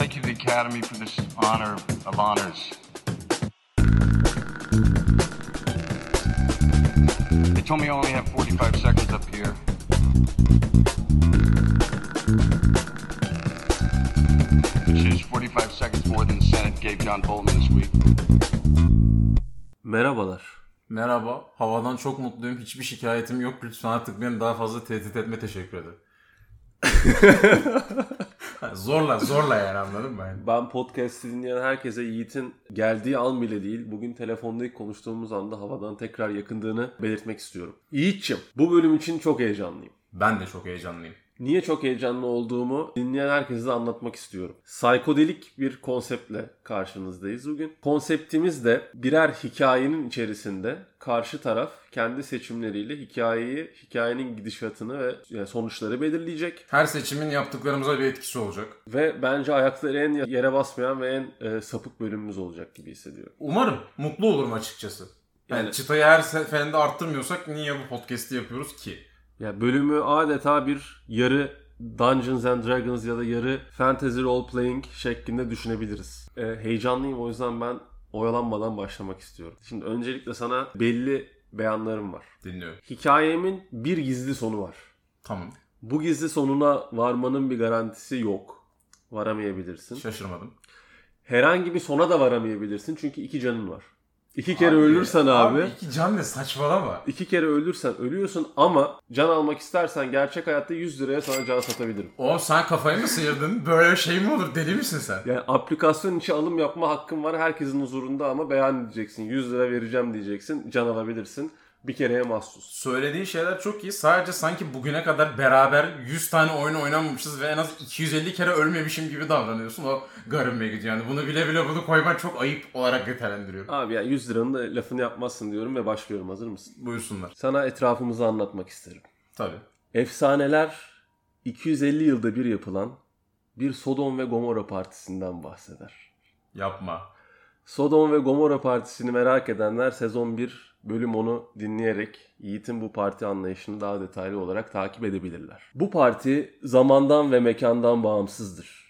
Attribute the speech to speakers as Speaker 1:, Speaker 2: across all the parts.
Speaker 1: Academy for this honor of honors. They told me I only have 45 seconds up here. Which is 45 seconds more than the Senate gave John Bolton this week.
Speaker 2: Merhabalar.
Speaker 3: Merhaba, havadan çok mutluyum. Hiçbir şikayetim yok. Lütfen artık beni daha fazla tehdit etme teşekkür ederim. Ha, zorla, zorla yani anladın mı? Yani
Speaker 2: Ben podcast'i dinleyen herkese Yiğit'in geldiği an bile değil, bugün telefonda ilk konuştuğumuz anda havadan tekrar yakındığını belirtmek istiyorum. Yiğit'ciğim, bu bölüm için çok heyecanlıyım.
Speaker 3: Ben de çok heyecanlıyım.
Speaker 2: Niye çok heyecanlı olduğumu dinleyen herkese de anlatmak istiyorum. Psikodelik bir konseptle karşınızdayız bugün. Konseptimiz de birer hikayenin içerisinde karşı taraf kendi seçimleriyle hikayeyi, hikayenin gidişatını ve yani sonuçları belirleyecek.
Speaker 3: Her seçimin yaptıklarımıza bir etkisi olacak.
Speaker 2: Ve bence ayakları en yere basmayan ve en e, sapık bölümümüz olacak gibi hissediyorum.
Speaker 3: Umarım mutlu olurum açıkçası. Yani
Speaker 2: Yani-
Speaker 3: çıtayı her seferinde arttırmıyorsak niye bu podcast'i yapıyoruz ki?
Speaker 2: Ya bölümü adeta bir yarı Dungeons and Dragons ya da yarı fantasy role playing şeklinde düşünebiliriz. E, heyecanlıyım o yüzden ben oyalanmadan başlamak istiyorum. Şimdi öncelikle sana belli beyanlarım var.
Speaker 3: Dinliyorum.
Speaker 2: Hikayemin bir gizli sonu var.
Speaker 3: Tamam.
Speaker 2: Bu gizli sonuna varmanın bir garantisi yok. Varamayabilirsin.
Speaker 3: Şaşırmadım.
Speaker 2: Herhangi bir sona da varamayabilirsin çünkü iki canın var. İki kere
Speaker 3: Abi-
Speaker 2: ölürsen abi,
Speaker 3: Abi iki can ne saçmalama.
Speaker 2: İki kere ölürsen ölüyorsun ama can almak istersen gerçek hayatta 100 liraya sana can satabilirim.
Speaker 3: Oğlum sen kafayı mı sıyırdın? Böyle şey mi olur? Deli misin sen?
Speaker 2: Yani aplikasyon içi alım yapma hakkın var herkesin huzurunda ama beyan edeceksin. 100 lira vereceğim diyeceksin. Can alabilirsin. Bir kereye mahsus.
Speaker 3: Söylediğin şeyler çok iyi. Sadece sanki bugüne kadar beraber 100 tane oyun oynamamışız ve en az 250 kere ölmemişim gibi davranıyorsun. O garibime gidiyor. Yani bunu bile bile bunu koyman çok ayıp olarak nitelendiriyorum.
Speaker 2: Abi ya 100 liranın da lafını yapmazsın diyorum ve başlıyorum. Hazır mısın?
Speaker 3: Buyursunlar.
Speaker 2: Sana etrafımızı anlatmak isterim.
Speaker 3: Tabii.
Speaker 2: Efsaneler 250 yılda bir yapılan bir Sodom ve Gomorra partisinden bahseder.
Speaker 3: Yapma.
Speaker 2: Sodom ve Gomorra partisini merak edenler sezon 1 bölüm 10'u dinleyerek Yiğit'in bu parti anlayışını daha detaylı olarak takip edebilirler. Bu parti zamandan ve mekandan bağımsızdır.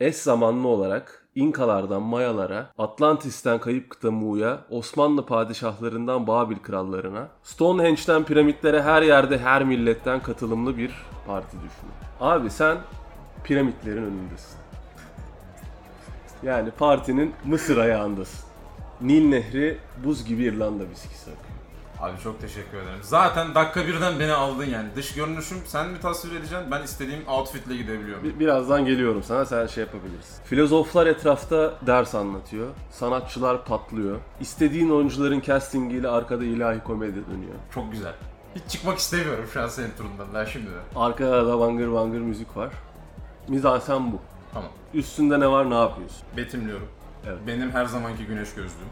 Speaker 2: Eş zamanlı olarak İnkalardan Mayalara, Atlantis'ten Kayıp Kıta Mu'ya, Osmanlı padişahlarından Babil krallarına, Stonehenge'den piramitlere her yerde her milletten katılımlı bir parti düşünün. Abi sen piramitlerin önündesin. Yani partinin Mısır ayağındasın. Nil Nehri buz gibi İrlanda viskisi akıyor.
Speaker 3: Abi çok teşekkür ederim. Zaten dakika birden beni aldın yani. Dış görünüşüm sen mi tasvir edeceksin? Ben istediğim outfitle gidebiliyorum.
Speaker 2: Bir- Birazdan geliyorum sana sen şey yapabilirsin. Filozoflar etrafta ders anlatıyor. Sanatçılar patlıyor. İstediğin oyuncuların castingiyle arkada ilahi komedi dönüyor.
Speaker 3: Çok güzel. Hiç çıkmak istemiyorum şu an senin turundan daha şimdi de.
Speaker 2: Arkada da bangır bangır müzik var. Mizansen bu.
Speaker 3: Tamam.
Speaker 2: Üstünde ne var ne yapıyorsun?
Speaker 3: Betimliyorum.
Speaker 2: Evet.
Speaker 3: Benim her zamanki güneş gözlüğüm.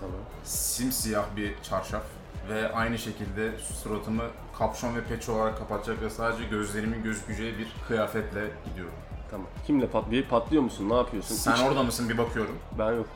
Speaker 2: Tamam.
Speaker 3: simsiyah bir çarşaf ve aynı şekilde suratımı kapşon ve peçe olarak kapatacak ve sadece gözlerimin gözükeceği bir kıyafetle gidiyorum.
Speaker 2: Tamam. Kimle patlıyor? Patlıyor musun? Ne yapıyorsun?
Speaker 3: Sen
Speaker 2: Hiç-
Speaker 3: orada mısın bir bakıyorum.
Speaker 2: Ben yok.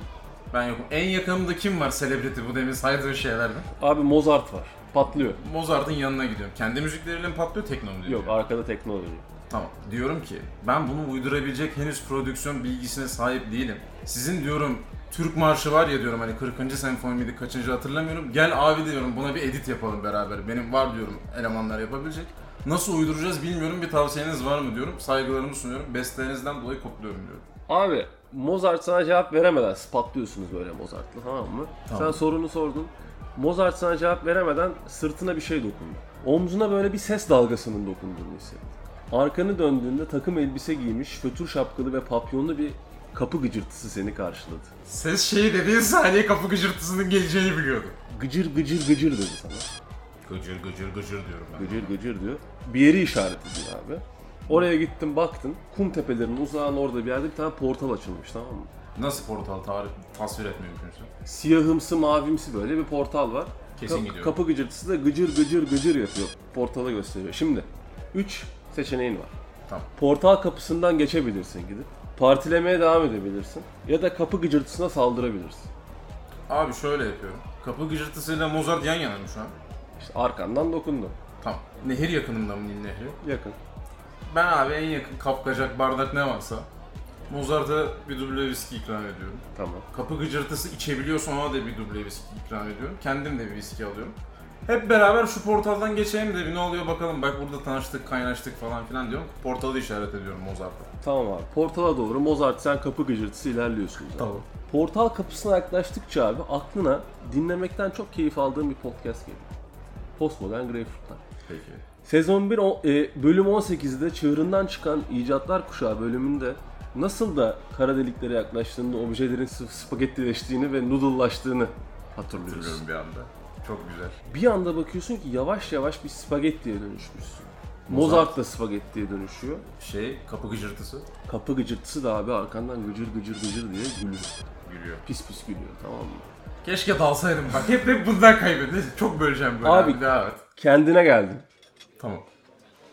Speaker 3: Ben yokum. En yakınımda kim var celebrity bu demin saydığın şeylerden?
Speaker 2: Abi Mozart var. Patlıyor.
Speaker 3: Mozart'ın yanına gidiyorum. Kendi müzikleriyle mi patlıyor tekno mu diyor?
Speaker 2: Yok arkada tekno oluyor.
Speaker 3: Tamam. Diyorum ki ben bunu uydurabilecek henüz prodüksiyon bilgisine sahip değilim. Sizin diyorum Türk marşı var ya diyorum hani 40. senfoniydi kaçıncı hatırlamıyorum. Gel abi diyorum buna bir edit yapalım beraber. Benim var diyorum elemanlar yapabilecek. Nasıl uyduracağız bilmiyorum bir tavsiyeniz var mı diyorum. Saygılarımı sunuyorum. Bestelerinizden dolayı kutluyorum diyorum.
Speaker 2: Abi Mozart sana cevap veremeden spatlıyorsunuz böyle Mozart'la tamam mı?
Speaker 3: Tamam.
Speaker 2: Sen sorunu sordun. Mozart sana cevap veremeden sırtına bir şey dokundu. Omzuna böyle bir ses dalgasının dokunduğunu hissettin. Arkanı döndüğünde takım elbise giymiş, fötür şapkalı ve papyonlu bir kapı gıcırtısı seni karşıladı.
Speaker 3: Ses şeyi dediğin saniye kapı gıcırtısının geleceğini biliyordum.
Speaker 2: Gıcır gıcır gıcır dedi sana.
Speaker 3: Gıcır gıcır gıcır diyorum ben.
Speaker 2: Gıcır gıcır diyor. Bir yeri işaret ediyor abi. Oraya gittin baktın. Kum tepelerinin uzağında orada bir yerde bir tane portal açılmış tamam mı?
Speaker 3: Nasıl portal tarif tasvir etmiyor mümkünse?
Speaker 2: siyahımsı mavimsi böyle bir portal var.
Speaker 3: Kesin
Speaker 2: Ka-
Speaker 3: gidiyorum.
Speaker 2: Kapı gıcırtısı da gıcır gıcır gıcır yapıyor. Portala gösteriyor. Şimdi 3 seçeneğin var.
Speaker 3: Tamam.
Speaker 2: Portal kapısından geçebilirsin gidip. Partilemeye devam edebilirsin. Ya da kapı gıcırtısına saldırabilirsin.
Speaker 3: Abi şöyle yapıyorum. Kapı gıcırtısıyla Mozart yan yana mı şu an?
Speaker 2: İşte arkandan dokundu.
Speaker 3: Tamam. Nehir yakınımda mı Nil Nehri?
Speaker 2: Yakın.
Speaker 3: Ben abi en yakın kapkacak bardak ne varsa Mozart'a bir duble viski ikram ediyorum.
Speaker 2: Tamam.
Speaker 3: Kapı gıcırtısı içebiliyorsa ona da bir duble viski ikram ediyorum. Kendim de bir viski alıyorum. Hep beraber şu portaldan geçelim de bir ne oluyor bakalım. Bak burada tanıştık, kaynaştık falan filan diyorum. Portalı işaret ediyorum Mozart'a.
Speaker 2: Tamam abi. Portala doğru Mozart sen kapı gıcırtısı ilerliyorsun. zaten.
Speaker 3: Tamam.
Speaker 2: Portal kapısına yaklaştıkça abi aklına dinlemekten çok keyif aldığım bir podcast geliyor. Postmodern Greyfurtlar.
Speaker 3: Peki.
Speaker 2: Sezon 1 o- e, bölüm 18'de çığırından çıkan icatlar kuşağı bölümünde nasıl da kara deliklere yaklaştığında objelerin sp- spagettileştiğini ve noodle'laştığını hatırlıyoruz.
Speaker 3: Hatırlıyorum bir anda. Çok güzel.
Speaker 2: Bir anda bakıyorsun ki yavaş yavaş bir spagettiye dönüşmüşsün.
Speaker 3: Mozart.
Speaker 2: Mozart da spagettiye dönüşüyor.
Speaker 3: Şey, kapı gıcırtısı.
Speaker 2: Kapı gıcırtısı da abi arkandan gıcır gıcır gıcır diye gülüyor.
Speaker 3: Gülüyor.
Speaker 2: Pis pis gülüyor tamam mı?
Speaker 3: Keşke dalsaydım bak. Hep hep bundan kaybediyoruz. Çok böleceğim böyle.
Speaker 2: Abi-
Speaker 3: Abi. Devam et.
Speaker 2: Kendine geldin.
Speaker 3: Tamam.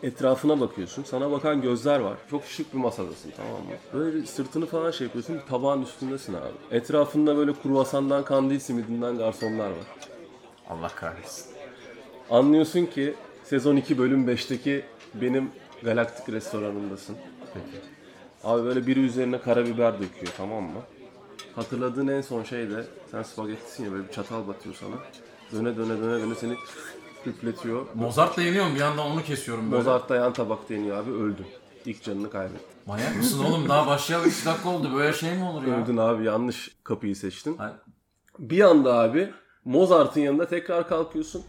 Speaker 2: Etrafına bakıyorsun. Sana bakan gözler var. Çok şık bir masadasın tamam mı? Böyle sırtını falan şey yapıyorsun. bir Tabağın üstündesin abi. Etrafında böyle kruvasandan, kandil simidinden garsonlar var.
Speaker 3: Allah kahretsin.
Speaker 2: Anlıyorsun ki sezon 2 bölüm 5'teki benim galaktik restoranındasın.
Speaker 3: Peki.
Speaker 2: Abi böyle biri üzerine karabiber döküyor tamam mı? Hatırladığın en son şey de sen spagettisin ya böyle bir çatal batıyor sana. Döne döne döne döne seni küpletiyor.
Speaker 3: Mozart'la yeniyorum bir yandan onu kesiyorum böyle.
Speaker 2: Mozart yan tabak deniyor abi öldün. İlk canını kaybettin.
Speaker 3: Manyak mısın oğlum? Daha başlayalı 3 dakika oldu. Böyle şey mi olur ya?
Speaker 2: Öldün abi yanlış kapıyı seçtin.
Speaker 3: Hayır.
Speaker 2: Bir anda abi Mozart'ın yanında tekrar kalkıyorsun.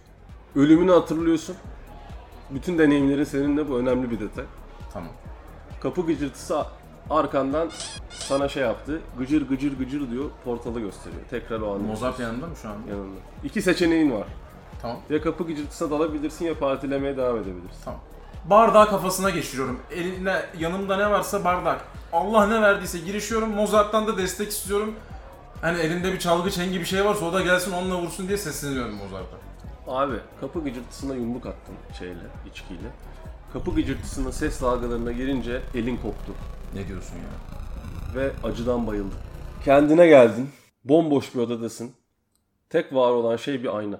Speaker 2: Ölümünü hatırlıyorsun. Bütün deneyimlerin seninle bu önemli bir detay.
Speaker 3: Tamam.
Speaker 2: Kapı gıcırtısı arkandan sana şey yaptı. Gıcır gıcır gıcır diyor portalı gösteriyor. Tekrar o anda.
Speaker 3: Mozart yanında mı şu an?
Speaker 2: yanında. İki seçeneğin var.
Speaker 3: Tamam.
Speaker 2: Ya kapı gıcırtısına dalabilirsin ya partilemeye devam edebilirsin.
Speaker 3: Tamam. Bardağı kafasına geçiriyorum. Eline yanımda ne varsa bardak. Allah ne verdiyse girişiyorum. Mozart'tan da destek istiyorum. Hani elinde bir çalgı çengi bir şey varsa o da gelsin onunla vursun diye sesleniyorum Mozart'a.
Speaker 2: Abi kapı gıcırtısına yumruk attın şeyle, içkiyle. Kapı gıcırtısının ses dalgalarına girince elin koptu
Speaker 3: Ne diyorsun ya?
Speaker 2: ve acıdan bayıldın. Kendine geldin. Bomboş bir odadasın. Tek var olan şey bir ayna.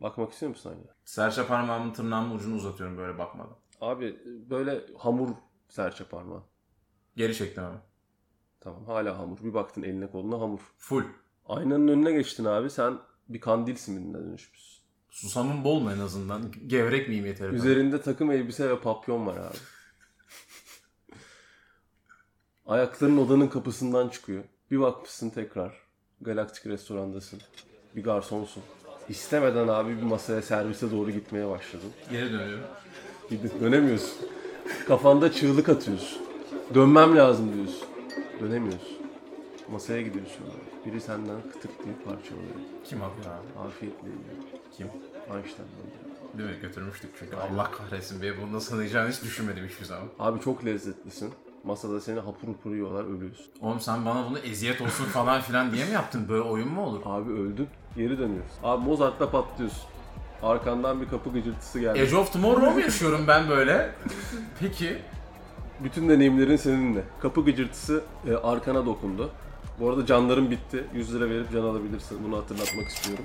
Speaker 2: Bakmak istiyor musun aynaya?
Speaker 3: Serçe parmağımın tırnağımın ucunu uzatıyorum böyle bakmadan.
Speaker 2: Abi böyle hamur serçe parmağı.
Speaker 3: Geri çektim ama.
Speaker 2: Tamam hala hamur. Bir baktın eline koluna hamur.
Speaker 3: Full.
Speaker 2: Aynanın önüne geçtin abi. Sen bir kandil simidine dönüşmüşsün.
Speaker 3: Susamım bol mu en azından? Gevrek miyim yeter? efendim?
Speaker 2: Üzerinde takım elbise ve papyon var abi. Ayakların odanın kapısından çıkıyor. Bir bakmışsın tekrar. Galaktik restorandasın. Bir garsonsun. İstemeden abi bir masaya servise doğru gitmeye başladın.
Speaker 3: Geri dönüyorum.
Speaker 2: Gidip dönemiyorsun. Kafanda çığlık atıyorsun. Dönmem lazım diyorsun. Dönemiyorsun. Masaya gidiyorsun abi. Biri senden kıtık diye parçalıyor.
Speaker 3: Kim abi abi?
Speaker 2: Afiyetle yiyor.
Speaker 3: Kim?
Speaker 2: Einstein'dan.
Speaker 3: Değil mi? Götürmüştük çünkü. Allah kahretsin be. Bunu nasıl anlayacağını hiç düşünmedim hiçbir zaman.
Speaker 2: Abi çok lezzetlisin. Masada seni hapur hapur yiyorlar ölüyorsun.
Speaker 3: Oğlum sen bana bunu eziyet olsun falan filan diye mi yaptın? Böyle oyun mu olur?
Speaker 2: Abi öldün. Geri dönüyorsun. Abi Mozart'ta patlıyorsun. Arkandan bir kapı gıcırtısı geldi.
Speaker 3: Age of Tomorrow mu yaşıyorum ben böyle? Peki.
Speaker 2: Bütün deneyimlerin seninle. Kapı gıcırtısı e, arkana dokundu. Bu arada canların bitti. 100 lira verip can alabilirsin. Bunu hatırlatmak istiyorum.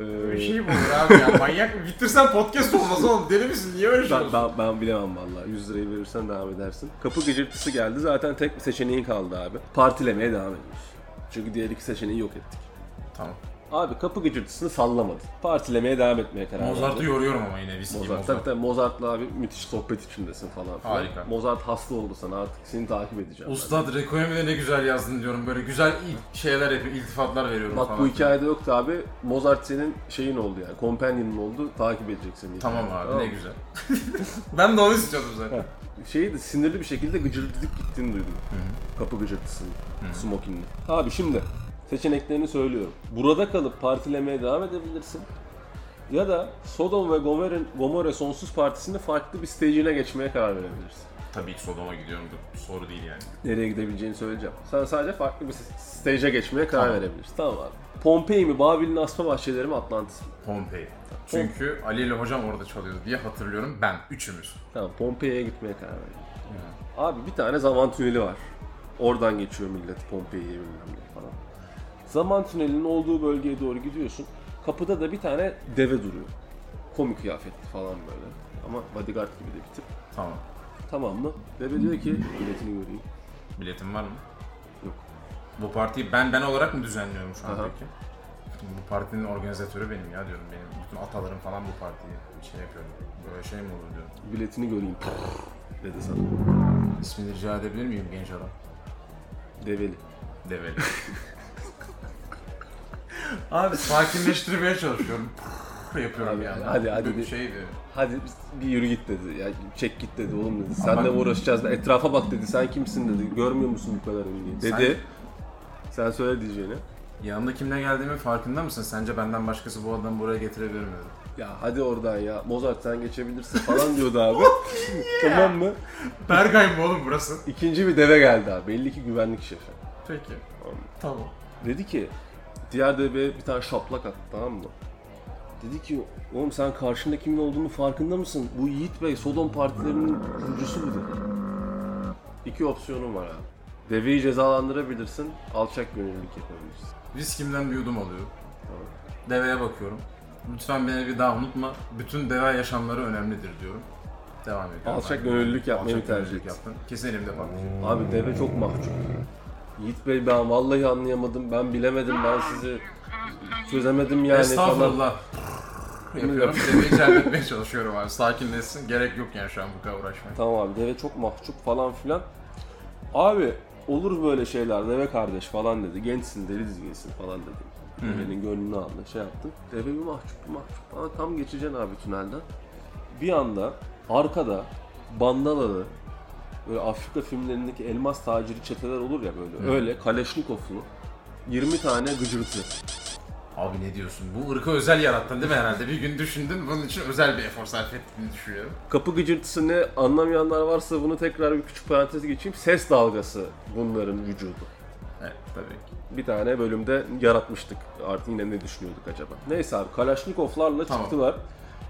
Speaker 2: Ee,
Speaker 3: Bir şey mi olur abi ya? Manyak mı? Bitirsen podcast olmaz oğlum. Deli misin? Niye öyle şey
Speaker 2: ben,
Speaker 3: olsun?
Speaker 2: ben, ben bilemem vallahi. 100 lirayı verirsen devam edersin. Kapı gıcırtısı geldi. Zaten tek bir seçeneğin kaldı abi. Partilemeye devam ediyoruz. Çünkü diğer iki seçeneği yok ettik.
Speaker 3: Tamam.
Speaker 2: Abi kapı gıcırtısını sallamadı. Partilemeye devam etmeye karar verdi.
Speaker 3: Mozart'ı yoruyorum ama yine viski
Speaker 2: Mozart.
Speaker 3: Mozart.
Speaker 2: Tabii tabii Mozart'la abi müthiş sohbet içindesin falan filan.
Speaker 3: Harika.
Speaker 2: Mozart hasta oldu sana artık seni takip edeceğim.
Speaker 3: Ustad Requiem'de ne güzel yazdın diyorum. Böyle güzel il- şeyler yapıyorum. iltifatlar veriyorum
Speaker 2: ben. Bak
Speaker 3: falan.
Speaker 2: bu
Speaker 3: filan.
Speaker 2: hikayede yoktu abi. Mozart senin şeyin oldu yani. Companion'ın oldu. Takip edecek seni.
Speaker 3: Tamam abi
Speaker 2: Tamam.
Speaker 3: ne güzel. ben de onu istiyordum zaten.
Speaker 2: Şeyi de sinirli bir şekilde gıcırdık gittiğini duydum. Kapı gıcırtısını. Smokin'le. Abi şimdi seçeneklerini söylüyorum. Burada kalıp partilemeye devam edebilirsin. Ya da Sodom ve Gomorra, Gomorra Sonsuz Partisi'nin farklı bir stage'ine geçmeye karar verebilirsin.
Speaker 3: Tabii ki Sodom'a gidiyorum. bu Soru değil yani.
Speaker 2: nereye gidebileceğini söyleyeceğim. Sen sadece farklı bir stage'e geçmeye karar verebilirsin. Tamam abi. Pompei mi, Babil'in asma bahçeleri mi, Atlantis mi?
Speaker 3: Pompei. Çünkü Ali ile hocam orada çalıyordu diye hatırlıyorum ben. Üçümüz.
Speaker 2: Tamam, Pompei'ye gitmeye karar verdim. Abi bir tane zaman tüneli var. Oradan geçiyor millet Pompei'ye bilmem ne falan. Zaman tünelinin olduğu bölgeye doğru gidiyorsun. Kapıda da bir tane deve duruyor. Komik kıyafetli falan böyle. Ama bodyguard gibi de bir tip.
Speaker 3: Tamam.
Speaker 2: Tamam mı? Deve diyor ki, biletini göreyim.
Speaker 3: Biletim var mı?
Speaker 2: Yok.
Speaker 3: Bu partiyi ben ben olarak mı düzenliyorum şu an
Speaker 2: Aha.
Speaker 3: peki? Bu partinin organizatörü benim ya diyorum. Benim bütün atalarım falan bu partiyi şey yapıyor. Böyle şey mi olur diyorum.
Speaker 2: Biletini göreyim. Dedi sana.
Speaker 3: İsmini rica edebilir miyim genç adam?
Speaker 2: Develi.
Speaker 3: Develi. Abi sakinleştirmeye çalışıyorum. yapıyorum
Speaker 2: Abi,
Speaker 3: yani.
Speaker 2: hadi, hadi
Speaker 3: Bir
Speaker 2: bir-
Speaker 3: şey diyor.
Speaker 2: Hadi biz- bir yürü git dedi. Ya çek git dedi oğlum dedi. Senle
Speaker 3: bak-
Speaker 2: uğraşacağız. Etrafa bak dedi. Sen kimsin dedi. Görmüyor musun bu kadar ilgiyi? Dedi. Sen, söyle diyeceğini.
Speaker 3: Yanımda kimle geldiğimin farkında mısın? Sence benden başkası bu adamı buraya getirebilir mi? dedi.
Speaker 2: Ya hadi oradan ya. Mozart sen geçebilirsin falan diyordu abi. tamam mı?
Speaker 3: Bergay mı oğlum burası?
Speaker 2: İkinci bir deve geldi abi. Belli ki güvenlik şefi.
Speaker 3: Peki. Tamam.
Speaker 2: Dedi ki diğer deveye bir tane şaplak attı tamam mı? Dedi ki oğlum sen karşında kimin olduğunu farkında mısın? Bu Yiğit Bey Sodom partilerinin kurucusu bu dedi. İki opsiyonun var abi. Deveyi cezalandırabilirsin, alçak gönüllülük yapabilirsin.
Speaker 3: Biz kimden bir yudum alıyor? Deveye bakıyorum. Lütfen beni bir daha unutma. Bütün deve yaşamları önemlidir diyorum. Devam ediyorum.
Speaker 2: Alçak gönüllülük yapmayı
Speaker 3: Alçak
Speaker 2: tercih
Speaker 3: gönüllülük
Speaker 2: et.
Speaker 3: yaptım. Kesin elimde patlayacak.
Speaker 2: Abi deve çok mahcup. Yiğit Bey ben vallahi anlayamadım, ben bilemedim, ben sizi çözemedim yani falan.
Speaker 3: Estağfurullah. Yapıyorum. Deveyi celbetmeye çalışıyorum abi. Sakinleşsin. Gerek yok yani şu an bu kadar uğraşmaya.
Speaker 2: Tamam abi deve çok mahcup falan filan. Abi olur böyle şeyler deve kardeş falan dedi. Gençsin deli dizginsin falan dedi. Devenin gönlünü aldı şey yaptı. Deve bir mahcup bir mahcup falan tam geçeceksin abi tünelden. Bir anda arkada bandalalı böyle Afrika filmlerindeki elmas taciri çeteler olur ya böyle. Öyle Kaleşnikovlu 20 tane gıcırtı.
Speaker 3: Abi ne diyorsun? Bu ırkı özel yarattın değil mi herhalde? Bir gün düşündün. Bunun için özel bir efor sarf ettiğini düşünüyorum.
Speaker 2: Kapı gıcırtısı ne anlamayanlar varsa bunu tekrar bir küçük parantez geçeyim. Ses dalgası bunların vücudu.
Speaker 3: Evet tabii ki.
Speaker 2: bir tane bölümde yaratmıştık. Artık yine ne düşünüyorduk acaba? Neyse abi Kalaşnikovlarla
Speaker 3: Tamam.
Speaker 2: çıktılar.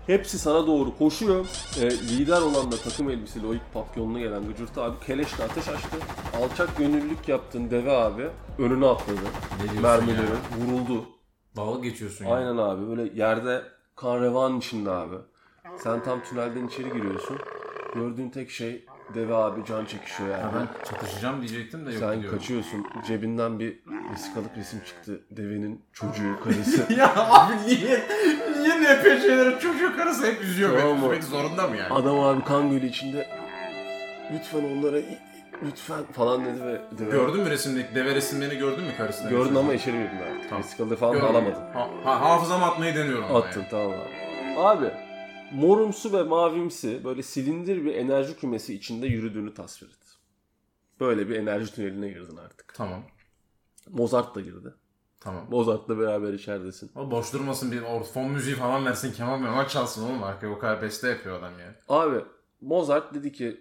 Speaker 2: Hepsi sana doğru koşuyor. E, lider olan da takım elbiseli o ilk papyonlu gelen gıcırtı abi keleşle ateş açtı. Alçak gönüllülük yaptın deve abi. Önüne atladı.
Speaker 3: Ne diyorsun
Speaker 2: Mermileri
Speaker 3: ya?
Speaker 2: vuruldu.
Speaker 3: Dalga geçiyorsun ya.
Speaker 2: Aynen abi böyle yerde kan revan içinde abi. Sen tam tünelden içeri giriyorsun. Gördüğün tek şey deve abi can çekişiyor yani.
Speaker 3: Ya Ben çatışacağım diyecektim de yok
Speaker 2: Sen
Speaker 3: diyorum.
Speaker 2: kaçıyorsun. Cebinden bir vesikalık resim çıktı. Devenin çocuğu, karısı.
Speaker 3: Ya abi niye niye ne peşeleri çocuk karısı hep üzüyor
Speaker 2: Tamam
Speaker 3: beni.
Speaker 2: mı?
Speaker 3: Üzmek zorunda mı yani?
Speaker 2: Adam abi kan gölü içinde. Lütfen onlara lütfen falan dedi ve deve.
Speaker 3: Gördün mü resimdeki deve resimlerini gördün mü karısını?
Speaker 2: Gördün ama içeri girdin artık.
Speaker 3: Tamam.
Speaker 2: Vesikalığı falan da
Speaker 3: Gördüm.
Speaker 2: alamadın.
Speaker 3: Ha, ha, hafızama atmayı deniyorum ama
Speaker 2: Attın tamam abi. Abi morumsu ve mavimsi böyle silindir bir enerji kümesi içinde yürüdüğünü tasvir et. Böyle bir enerji tüneline girdin artık.
Speaker 3: Tamam.
Speaker 2: Mozart da girdi.
Speaker 3: Tamam.
Speaker 2: Mozart'la beraber içeridesin.
Speaker 3: Ama boş durmasın bir or- fon müziği falan versin keman meman çalsın oğlum arkaya o kadar beste yapıyor adam ya.
Speaker 2: Abi Mozart dedi ki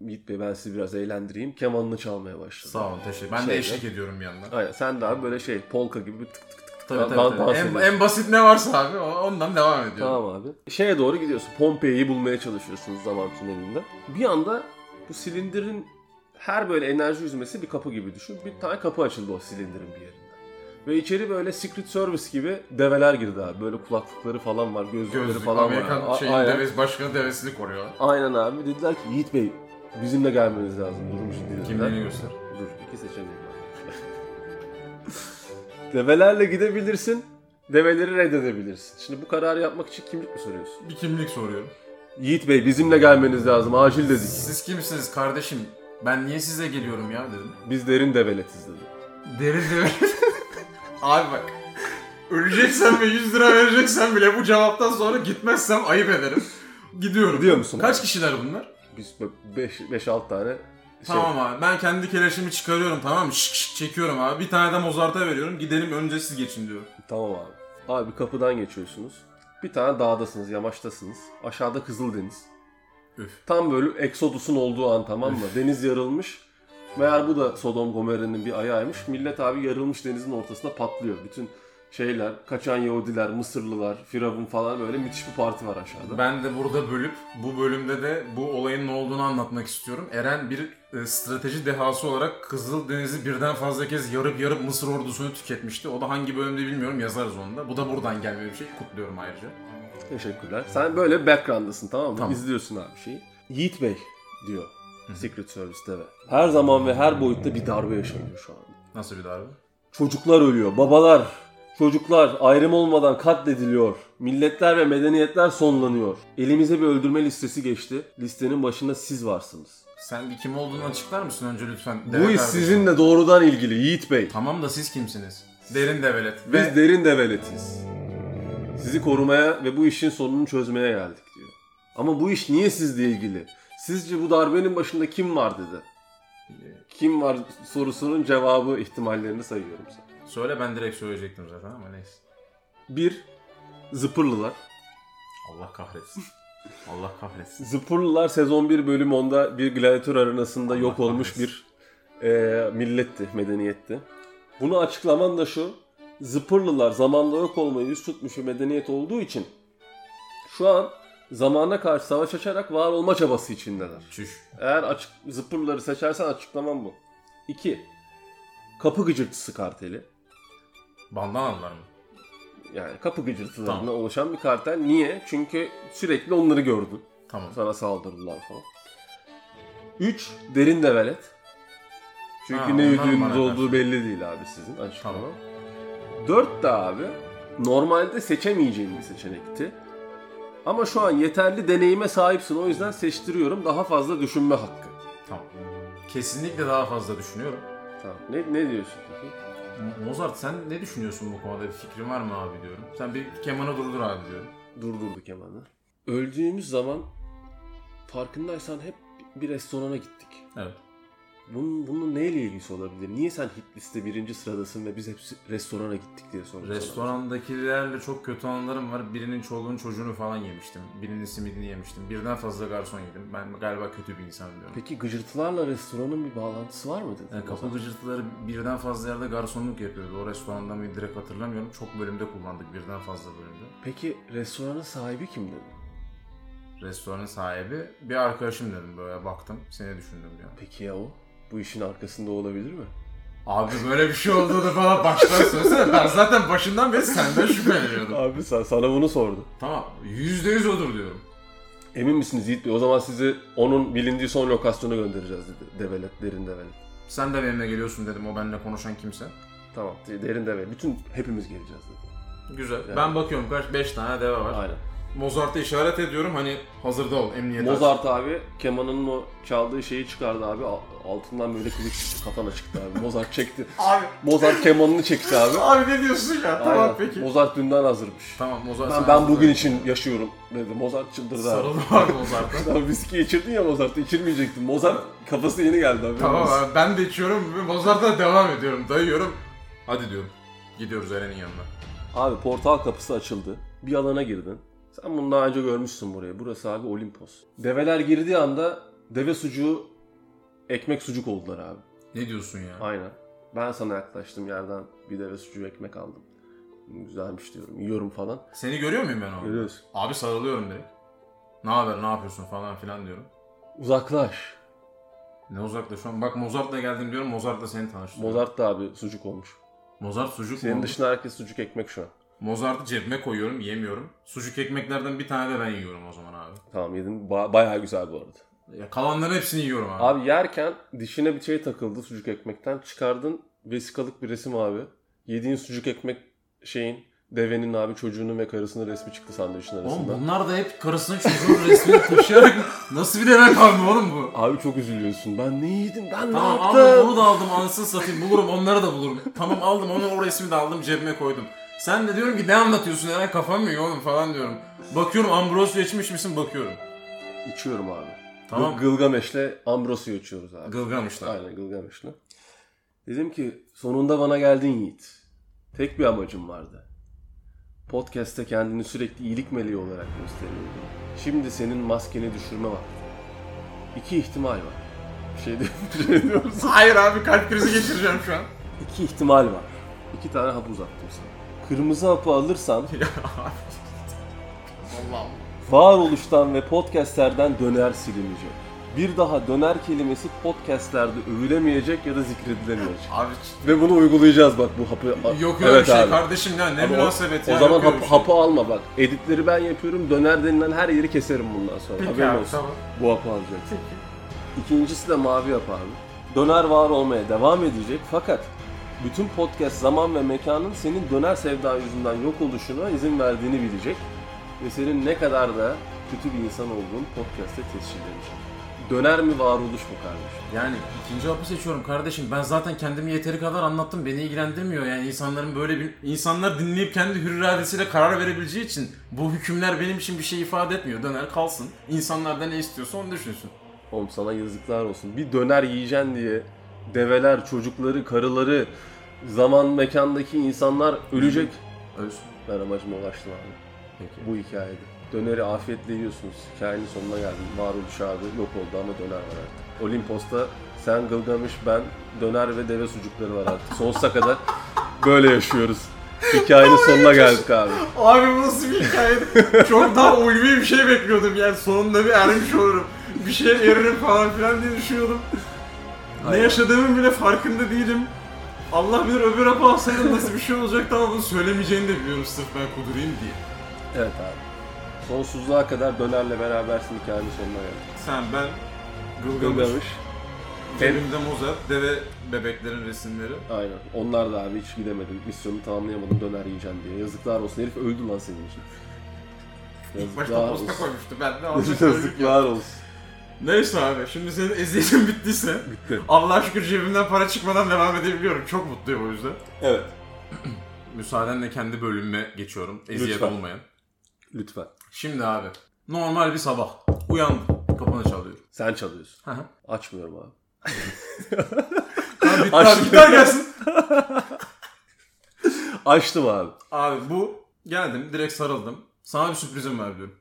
Speaker 2: Yiğit Bey ben sizi biraz eğlendireyim. Kemanını çalmaya başladı.
Speaker 3: Sağ olun teşekkür Ben de
Speaker 2: Şey,
Speaker 3: eşlik ediyorum bir yandan.
Speaker 2: Aynen sen de abi böyle şey polka gibi bir tık tık tık tık
Speaker 3: Tabii, tabii,
Speaker 2: dans-
Speaker 3: tabii.
Speaker 2: dans
Speaker 3: En,
Speaker 2: ediyorsun.
Speaker 3: en basit ne varsa abi o- ondan devam ediyorum.
Speaker 2: Tamam abi. Şeye doğru gidiyorsun. Pompei'yi bulmaya çalışıyorsunuz zaman tünelinde. Bir anda bu silindirin her böyle enerji yüzmesi bir kapı gibi düşün. Bir tane kapı açıldı o silindirin bir yerinde. Ve içeri böyle Secret Service gibi develer girdi abi. Böyle kulaklıkları falan var, gözlükleri
Speaker 3: Gözlük
Speaker 2: falan
Speaker 3: Amerikan
Speaker 2: var. A-
Speaker 3: şeyin
Speaker 2: aynen.
Speaker 3: devesi, başkanı devesini koruyor.
Speaker 2: Aynen abi. Dediler ki Yiğit Bey bizimle gelmeniz lazım. Durum ciddi dediler.
Speaker 3: Kimliğini göster.
Speaker 2: Dur iki seçenek var. Develerle gidebilirsin, develeri reddedebilirsin. Şimdi bu kararı yapmak için kimlik mi soruyorsun?
Speaker 3: Bir kimlik soruyorum.
Speaker 2: Yiğit Bey bizimle gelmeniz lazım acil dedik.
Speaker 3: Siz kimsiniz kardeşim? Ben niye size geliyorum ya dedim.
Speaker 2: Biz derin develetiz dedi.
Speaker 3: Deri deri. Abi bak. Öleceksen ve 100 lira vereceksen bile bu cevaptan sonra gitmezsem ayıp ederim. Gidiyorum.
Speaker 2: Gidiyor musun?
Speaker 3: Kaç kişiler bunlar?
Speaker 2: Biz 5-6 tane şey,
Speaker 3: Tamam abi ben kendi keleşimi çıkarıyorum tamam mı? Şık şık çekiyorum abi. Bir tane de Mozart'a veriyorum. Gidelim önce siz geçin diyor.
Speaker 2: Tamam abi. Abi kapıdan geçiyorsunuz. Bir tane dağdasınız, yamaçtasınız. Aşağıda Kızıldeniz.
Speaker 3: Üf.
Speaker 2: Tam böyle Exodus'un olduğu an tamam mı? Deniz yarılmış. Meğer bu da Sodom Gomorra'nın bir ayağıymış. Millet abi yarılmış denizin ortasında patlıyor. Bütün şeyler, kaçan Yahudiler, Mısırlılar, Firavun falan böyle müthiş bir parti var aşağıda.
Speaker 3: Ben de burada bölüp bu bölümde de bu olayın ne olduğunu anlatmak istiyorum. Eren bir e, strateji dehası olarak Kızıl Denizi birden fazla kez yarıp yarıp Mısır ordusunu tüketmişti. O da hangi bölümde bilmiyorum yazarız onu da. Bu da buradan gelme bir şey. Kutluyorum ayrıca.
Speaker 2: Teşekkürler. Sen böyle background'dasın tamam mı?
Speaker 3: Tamam.
Speaker 2: İzliyorsun abi şeyi. Yiğit Bey diyor Secret Service'te ve her zaman ve her boyutta bir darbe yaşanıyor şu anda.
Speaker 3: Nasıl bir darbe?
Speaker 2: Çocuklar ölüyor, babalar, çocuklar ayrım olmadan katlediliyor. Milletler ve medeniyetler sonlanıyor. Elimize bir öldürme listesi geçti. Listenin başında siz varsınız.
Speaker 3: Sen bir kim olduğunu açıklar mısın önce lütfen?
Speaker 2: Bu
Speaker 3: Deve
Speaker 2: iş
Speaker 3: kardeşim.
Speaker 2: sizinle doğrudan ilgili Yiğit Bey.
Speaker 3: Tamam da siz kimsiniz? Derin develet.
Speaker 2: Biz
Speaker 3: Ve
Speaker 2: derin develetiz. Sizi korumaya ve bu işin sonunu çözmeye geldik diyor. Ama bu iş niye sizle ilgili? Sizce bu darbenin başında kim var dedi. Kim var sorusunun cevabı ihtimallerini sayıyorum sana.
Speaker 3: söyle ben direkt söyleyecektim zaten ama neyse.
Speaker 2: Bir, zıpırlılar.
Speaker 3: Allah kahretsin. Allah kahretsin.
Speaker 2: Zıpırlılar sezon 1 bölüm 10'da bir gladyatör arenasında
Speaker 3: Allah
Speaker 2: yok olmuş
Speaker 3: kahretsin.
Speaker 2: bir e, milletti, medeniyetti. Bunu açıklaman da şu. Zıpırlılar zamanda yok olmayı yüz tutmuş bir medeniyet olduğu için şu an zamana karşı savaş açarak var olma çabası içindeler.
Speaker 3: Çüş.
Speaker 2: Eğer açık, zıpırları seçersen açıklamam bu. 2. Kapı gıcırtısı karteli.
Speaker 3: Bandanalılar mı?
Speaker 2: Yani kapı gıcırtılarından
Speaker 3: Tamam.
Speaker 2: oluşan bir kartel. Niye? Çünkü sürekli onları gördün.
Speaker 3: Tamam.
Speaker 2: Sana saldırdılar falan. 3. Derin develet. Çünkü
Speaker 3: Ha,
Speaker 2: ne
Speaker 3: onlar
Speaker 2: yediğiniz
Speaker 3: bana
Speaker 2: olduğu
Speaker 3: karşı.
Speaker 2: belli değil abi sizin açıklama.
Speaker 3: Tamam.
Speaker 2: 4 de abi normalde seçemeyeceğin bir seçenekti. Ama şu an yeterli deneyime sahipsin o yüzden seçtiriyorum daha fazla düşünme hakkı.
Speaker 3: Tamam. Kesinlikle daha fazla düşünüyorum.
Speaker 2: Tamam. Ne, ne diyorsun peki?
Speaker 3: Mo- Mozart sen ne düşünüyorsun bu konuda? Bir fikrin var mı abi diyorum. Sen bir kemanı durdur abi diyorum.
Speaker 2: Durdurduk hemen. Öldüğümüz zaman farkındaysan hep bir restorana gittik.
Speaker 3: Evet.
Speaker 2: Bunun, bunun neyle ilgisi olabilir? Niye sen hit liste birinci sıradasın ve biz hep restorana gittik diye sordun. sana?
Speaker 3: Restorandakilerle çok kötü anılarım var. Birinin çoluğun çocuğunu falan yemiştim. Birinin simidini yemiştim. Birden fazla garson yedim. Ben galiba kötü bir insanım diyorum.
Speaker 2: Peki gıcırtılarla restoranın bir bağlantısı var mı dedin?
Speaker 3: Yani
Speaker 2: o
Speaker 3: E, kapı
Speaker 2: zaman?
Speaker 3: gıcırtıları birden fazla yerde garsonluk yapıyordu. O restoranda mı direkt hatırlamıyorum. Çok bölümde kullandık birden fazla bölümde.
Speaker 2: Peki restoranın sahibi kim dedi?
Speaker 3: Restoranın sahibi bir arkadaşım dedim böyle baktım. Seni düşündüm diyor.
Speaker 2: Peki ya o? Bu işin arkasında olabilir mi?
Speaker 3: Abi böyle bir şey olduğunu falan baştan söylesene. Ben zaten başından beri senden şüpheleniyordum.
Speaker 2: Abi sen, sana bunu sordu.
Speaker 3: Tamam. Yüzde yüz odur diyorum.
Speaker 2: Emin misiniz Yiğit Bey? O zaman sizi onun bilindiği son lokasyona göndereceğiz dedi. Develet, derin develet.
Speaker 3: Sen de benimle geliyorsun dedim o benimle konuşan kimse.
Speaker 2: Tamam, derin develet. Bütün hepimiz geleceğiz dedi.
Speaker 3: Güzel.
Speaker 2: Evet.
Speaker 3: Ben bakıyorum kaç 5 tane deve var.
Speaker 2: Aynen.
Speaker 3: Mozart'a işaret ediyorum hani hazırda ol emniyete.
Speaker 2: Mozart abi kemanın o çaldığı şeyi çıkardı abi. Al- Altından böyle kılıç çıktı, kafana çıktı abi. Mozart çekti.
Speaker 3: Abi,
Speaker 2: Mozart kemanını çekti abi.
Speaker 3: abi ne diyorsun ya?
Speaker 2: Aynen.
Speaker 3: Tamam peki.
Speaker 2: Mozart dünden hazırmış.
Speaker 3: tamam Mozart.
Speaker 2: Ben,
Speaker 3: sen
Speaker 2: ben
Speaker 3: hazır
Speaker 2: bugün
Speaker 3: ol.
Speaker 2: için yaşıyorum dedi. Mozart çıldırdı abi.
Speaker 3: Sarıldı var Mozart'a.
Speaker 2: Sen viski içirdin ya Mozart'ı içirmeyecektin. Mozart kafası yeni geldi abi.
Speaker 3: tamam abi ben de içiyorum ve Mozart'a devam ediyorum. Dayıyorum. Hadi diyorum. Gidiyoruz Eren'in yanına.
Speaker 2: Abi portal kapısı açıldı. Bir alana girdin. Sen bunu daha önce görmüşsün buraya. Burası abi Olimpos. Develer girdiği anda deve sucuğu ekmek sucuk oldular abi.
Speaker 3: Ne diyorsun ya?
Speaker 2: Aynen. Ben sana yaklaştım yerden bir deve sucuğu ekmek aldım. Güzelmiş diyorum. Yiyorum falan.
Speaker 3: Seni görüyor muyum ben orada?
Speaker 2: Görüyorsun.
Speaker 3: Abi sarılıyorum direkt. Ne haber ne yapıyorsun falan filan diyorum.
Speaker 2: Uzaklaş.
Speaker 3: Ne uzakta şu an? Bak Mozart'la geldim diyorum. Mozart'la seni tanıştım.
Speaker 2: Mozart da abi sucuk olmuş.
Speaker 3: Mozart sucuk mu
Speaker 2: Senin
Speaker 3: oldu?
Speaker 2: dışında herkes sucuk ekmek şu an.
Speaker 3: Mozart'ı cebime koyuyorum, yemiyorum. Sucuk ekmeklerden bir tane de ben yiyorum o zaman abi.
Speaker 2: Tamam yedin. Ba- bayağı güzel bu arada.
Speaker 3: Ya kalanların hepsini yiyorum abi.
Speaker 2: Abi yerken dişine bir şey takıldı sucuk ekmekten. Çıkardın vesikalık bir resim abi. Yediğin sucuk ekmek şeyin devenin abi çocuğunun ve karısının resmi çıktı sandviçin
Speaker 3: Oğlum
Speaker 2: arasında.
Speaker 3: bunlar da hep karısının çocuğunun resmini taşıyarak nasıl bir eve kaldı oğlum bu?
Speaker 2: Abi çok üzülüyorsun. Ben ne yedim? Ben
Speaker 3: Tamam
Speaker 2: ne yaptım?
Speaker 3: aldım bunu da aldım ansız satayım bulurum onları da bulurum. Tamam aldım onu o resmi de aldım cebime koydum. Sen de diyorum ki ne anlatıyorsun Eren kafam mı yiyor oğlum falan diyorum. Bakıyorum Ambrosio içmiş misin bakıyorum.
Speaker 2: İçiyorum abi.
Speaker 3: Tamam.
Speaker 2: Gı- Gılgameş'le Ambrosio içiyoruz abi.
Speaker 3: Gılgamışlar.
Speaker 2: Aynen Gılgameş'le. Dedim ki sonunda bana geldin Yiğit. Tek bir amacım vardı. Podcast'te kendini sürekli iyilik meleği olarak gösteriyordun. Şimdi senin maskeni düşürme var. İki ihtimal var. Bir şey, diyor, bir şey diyoruz.
Speaker 3: Hayır abi kalp krizi geçireceğim şu an.
Speaker 2: İki ihtimal var. İki tane hap uzattım sana. Kırmızı hapı alırsan
Speaker 3: Allah'ım.
Speaker 2: varoluştan ve podcastlerden döner silinecek. Bir daha döner kelimesi podcastlerde övülemeyecek ya da zikredilemeyecek.
Speaker 3: Abi
Speaker 2: Ve bunu uygulayacağız bak bu hapı.
Speaker 3: yok öyle
Speaker 2: evet
Speaker 3: bir şey
Speaker 2: abi.
Speaker 3: kardeşim ya ne
Speaker 2: Abi o-
Speaker 3: münasebet
Speaker 2: o,
Speaker 3: ya.
Speaker 2: zaman
Speaker 3: yok öyle
Speaker 2: hap-
Speaker 3: bir şey.
Speaker 2: hapı alma bak. Editleri ben yapıyorum. Döner denilen her yeri keserim bundan sonra.
Speaker 3: Peki
Speaker 2: Haberin
Speaker 3: abi
Speaker 2: olsun.
Speaker 3: tamam.
Speaker 2: Bu hapı alacaksın. İkincisi de mavi yapardı. Döner var olmaya devam edecek fakat bütün podcast zaman ve mekanın senin döner sevda yüzünden yok oluşuna izin verdiğini bilecek. Ve senin ne kadar da kötü bir insan olduğun podcast'te tescillenecek. Döner mi varoluş mu kardeşim?
Speaker 3: Yani ikinci hapı seçiyorum kardeşim. Ben zaten kendimi yeteri kadar anlattım. Beni ilgilendirmiyor. Yani insanların böyle bir... insanlar dinleyip kendi hür iradesiyle karar verebileceği için bu hükümler benim için bir şey ifade etmiyor. Döner kalsın. İnsanlardan ne istiyorsa onu düşünsün.
Speaker 2: Oğlum sana yazıklar olsun. Bir döner yiyeceksin diye develer, çocukları, karıları, zaman mekandaki insanlar ölecek.
Speaker 3: Ölsün.
Speaker 2: Ben amacıma ulaştım abi.
Speaker 3: Peki.
Speaker 2: bu hikayede. Döneri afiyetle yiyorsunuz. Hikayenin sonuna geldim. Varoluş abi yok oldu ama döner var artık. Olimpos'ta sen Gılgamış ben döner ve deve sucukları var artık. Sonsuza kadar böyle yaşıyoruz. Hikayenin sonuna geldik abi.
Speaker 3: Abi bu nasıl bir hikaye? Çok daha ulvi bir şey bekliyordum yani sonunda bir ermiş olurum. Bir şeye eririm falan filan diye düşünüyordum. Ne
Speaker 2: Aynen.
Speaker 3: yaşadığımın bile farkında değilim. Allah bilir öbür hapı alsaydım nasıl bir şey olacaktı ama bunu söylemeyeceğini de biliyorum sırf ben kudurayım diye.
Speaker 2: Evet abi. Sonsuzluğa kadar dönerle berabersin hikayenin sonuna geldik.
Speaker 3: Sen ben, Gılgamış,
Speaker 2: Gılgamış.
Speaker 3: elimde Mozart, deve bebeklerin resimleri.
Speaker 2: Aynen. Onlar da abi hiç gidemedi. Misyonu tamamlayamadım döner yiyeceğim diye. Yazıklar olsun herif öldü lan senin için.
Speaker 3: İlk başta posta koymuştu ben de alacak çocuk yok.
Speaker 2: Yazıklar olsun.
Speaker 3: Neyse abi şimdi senin eziyetin bittiyse
Speaker 2: Bitti.
Speaker 3: Allah'a şükür cebimden para çıkmadan devam edebiliyorum. Çok mutluyum o yüzden.
Speaker 2: Evet.
Speaker 3: Müsaadenle kendi bölümüme geçiyorum. Eziyet
Speaker 2: Lütfen.
Speaker 3: olmayan.
Speaker 2: Lütfen.
Speaker 3: Şimdi abi. Normal bir sabah. Uyandım. Kapını çalıyorum.
Speaker 2: Sen çalıyorsun.
Speaker 3: Hı hı.
Speaker 2: Açmıyorum abi.
Speaker 3: Abi bitti
Speaker 2: Açtım.
Speaker 3: abi. Gider gelsin.
Speaker 2: Açtım abi.
Speaker 3: Abi bu. Geldim. Direkt sarıldım. Sana bir sürprizim var diyorum.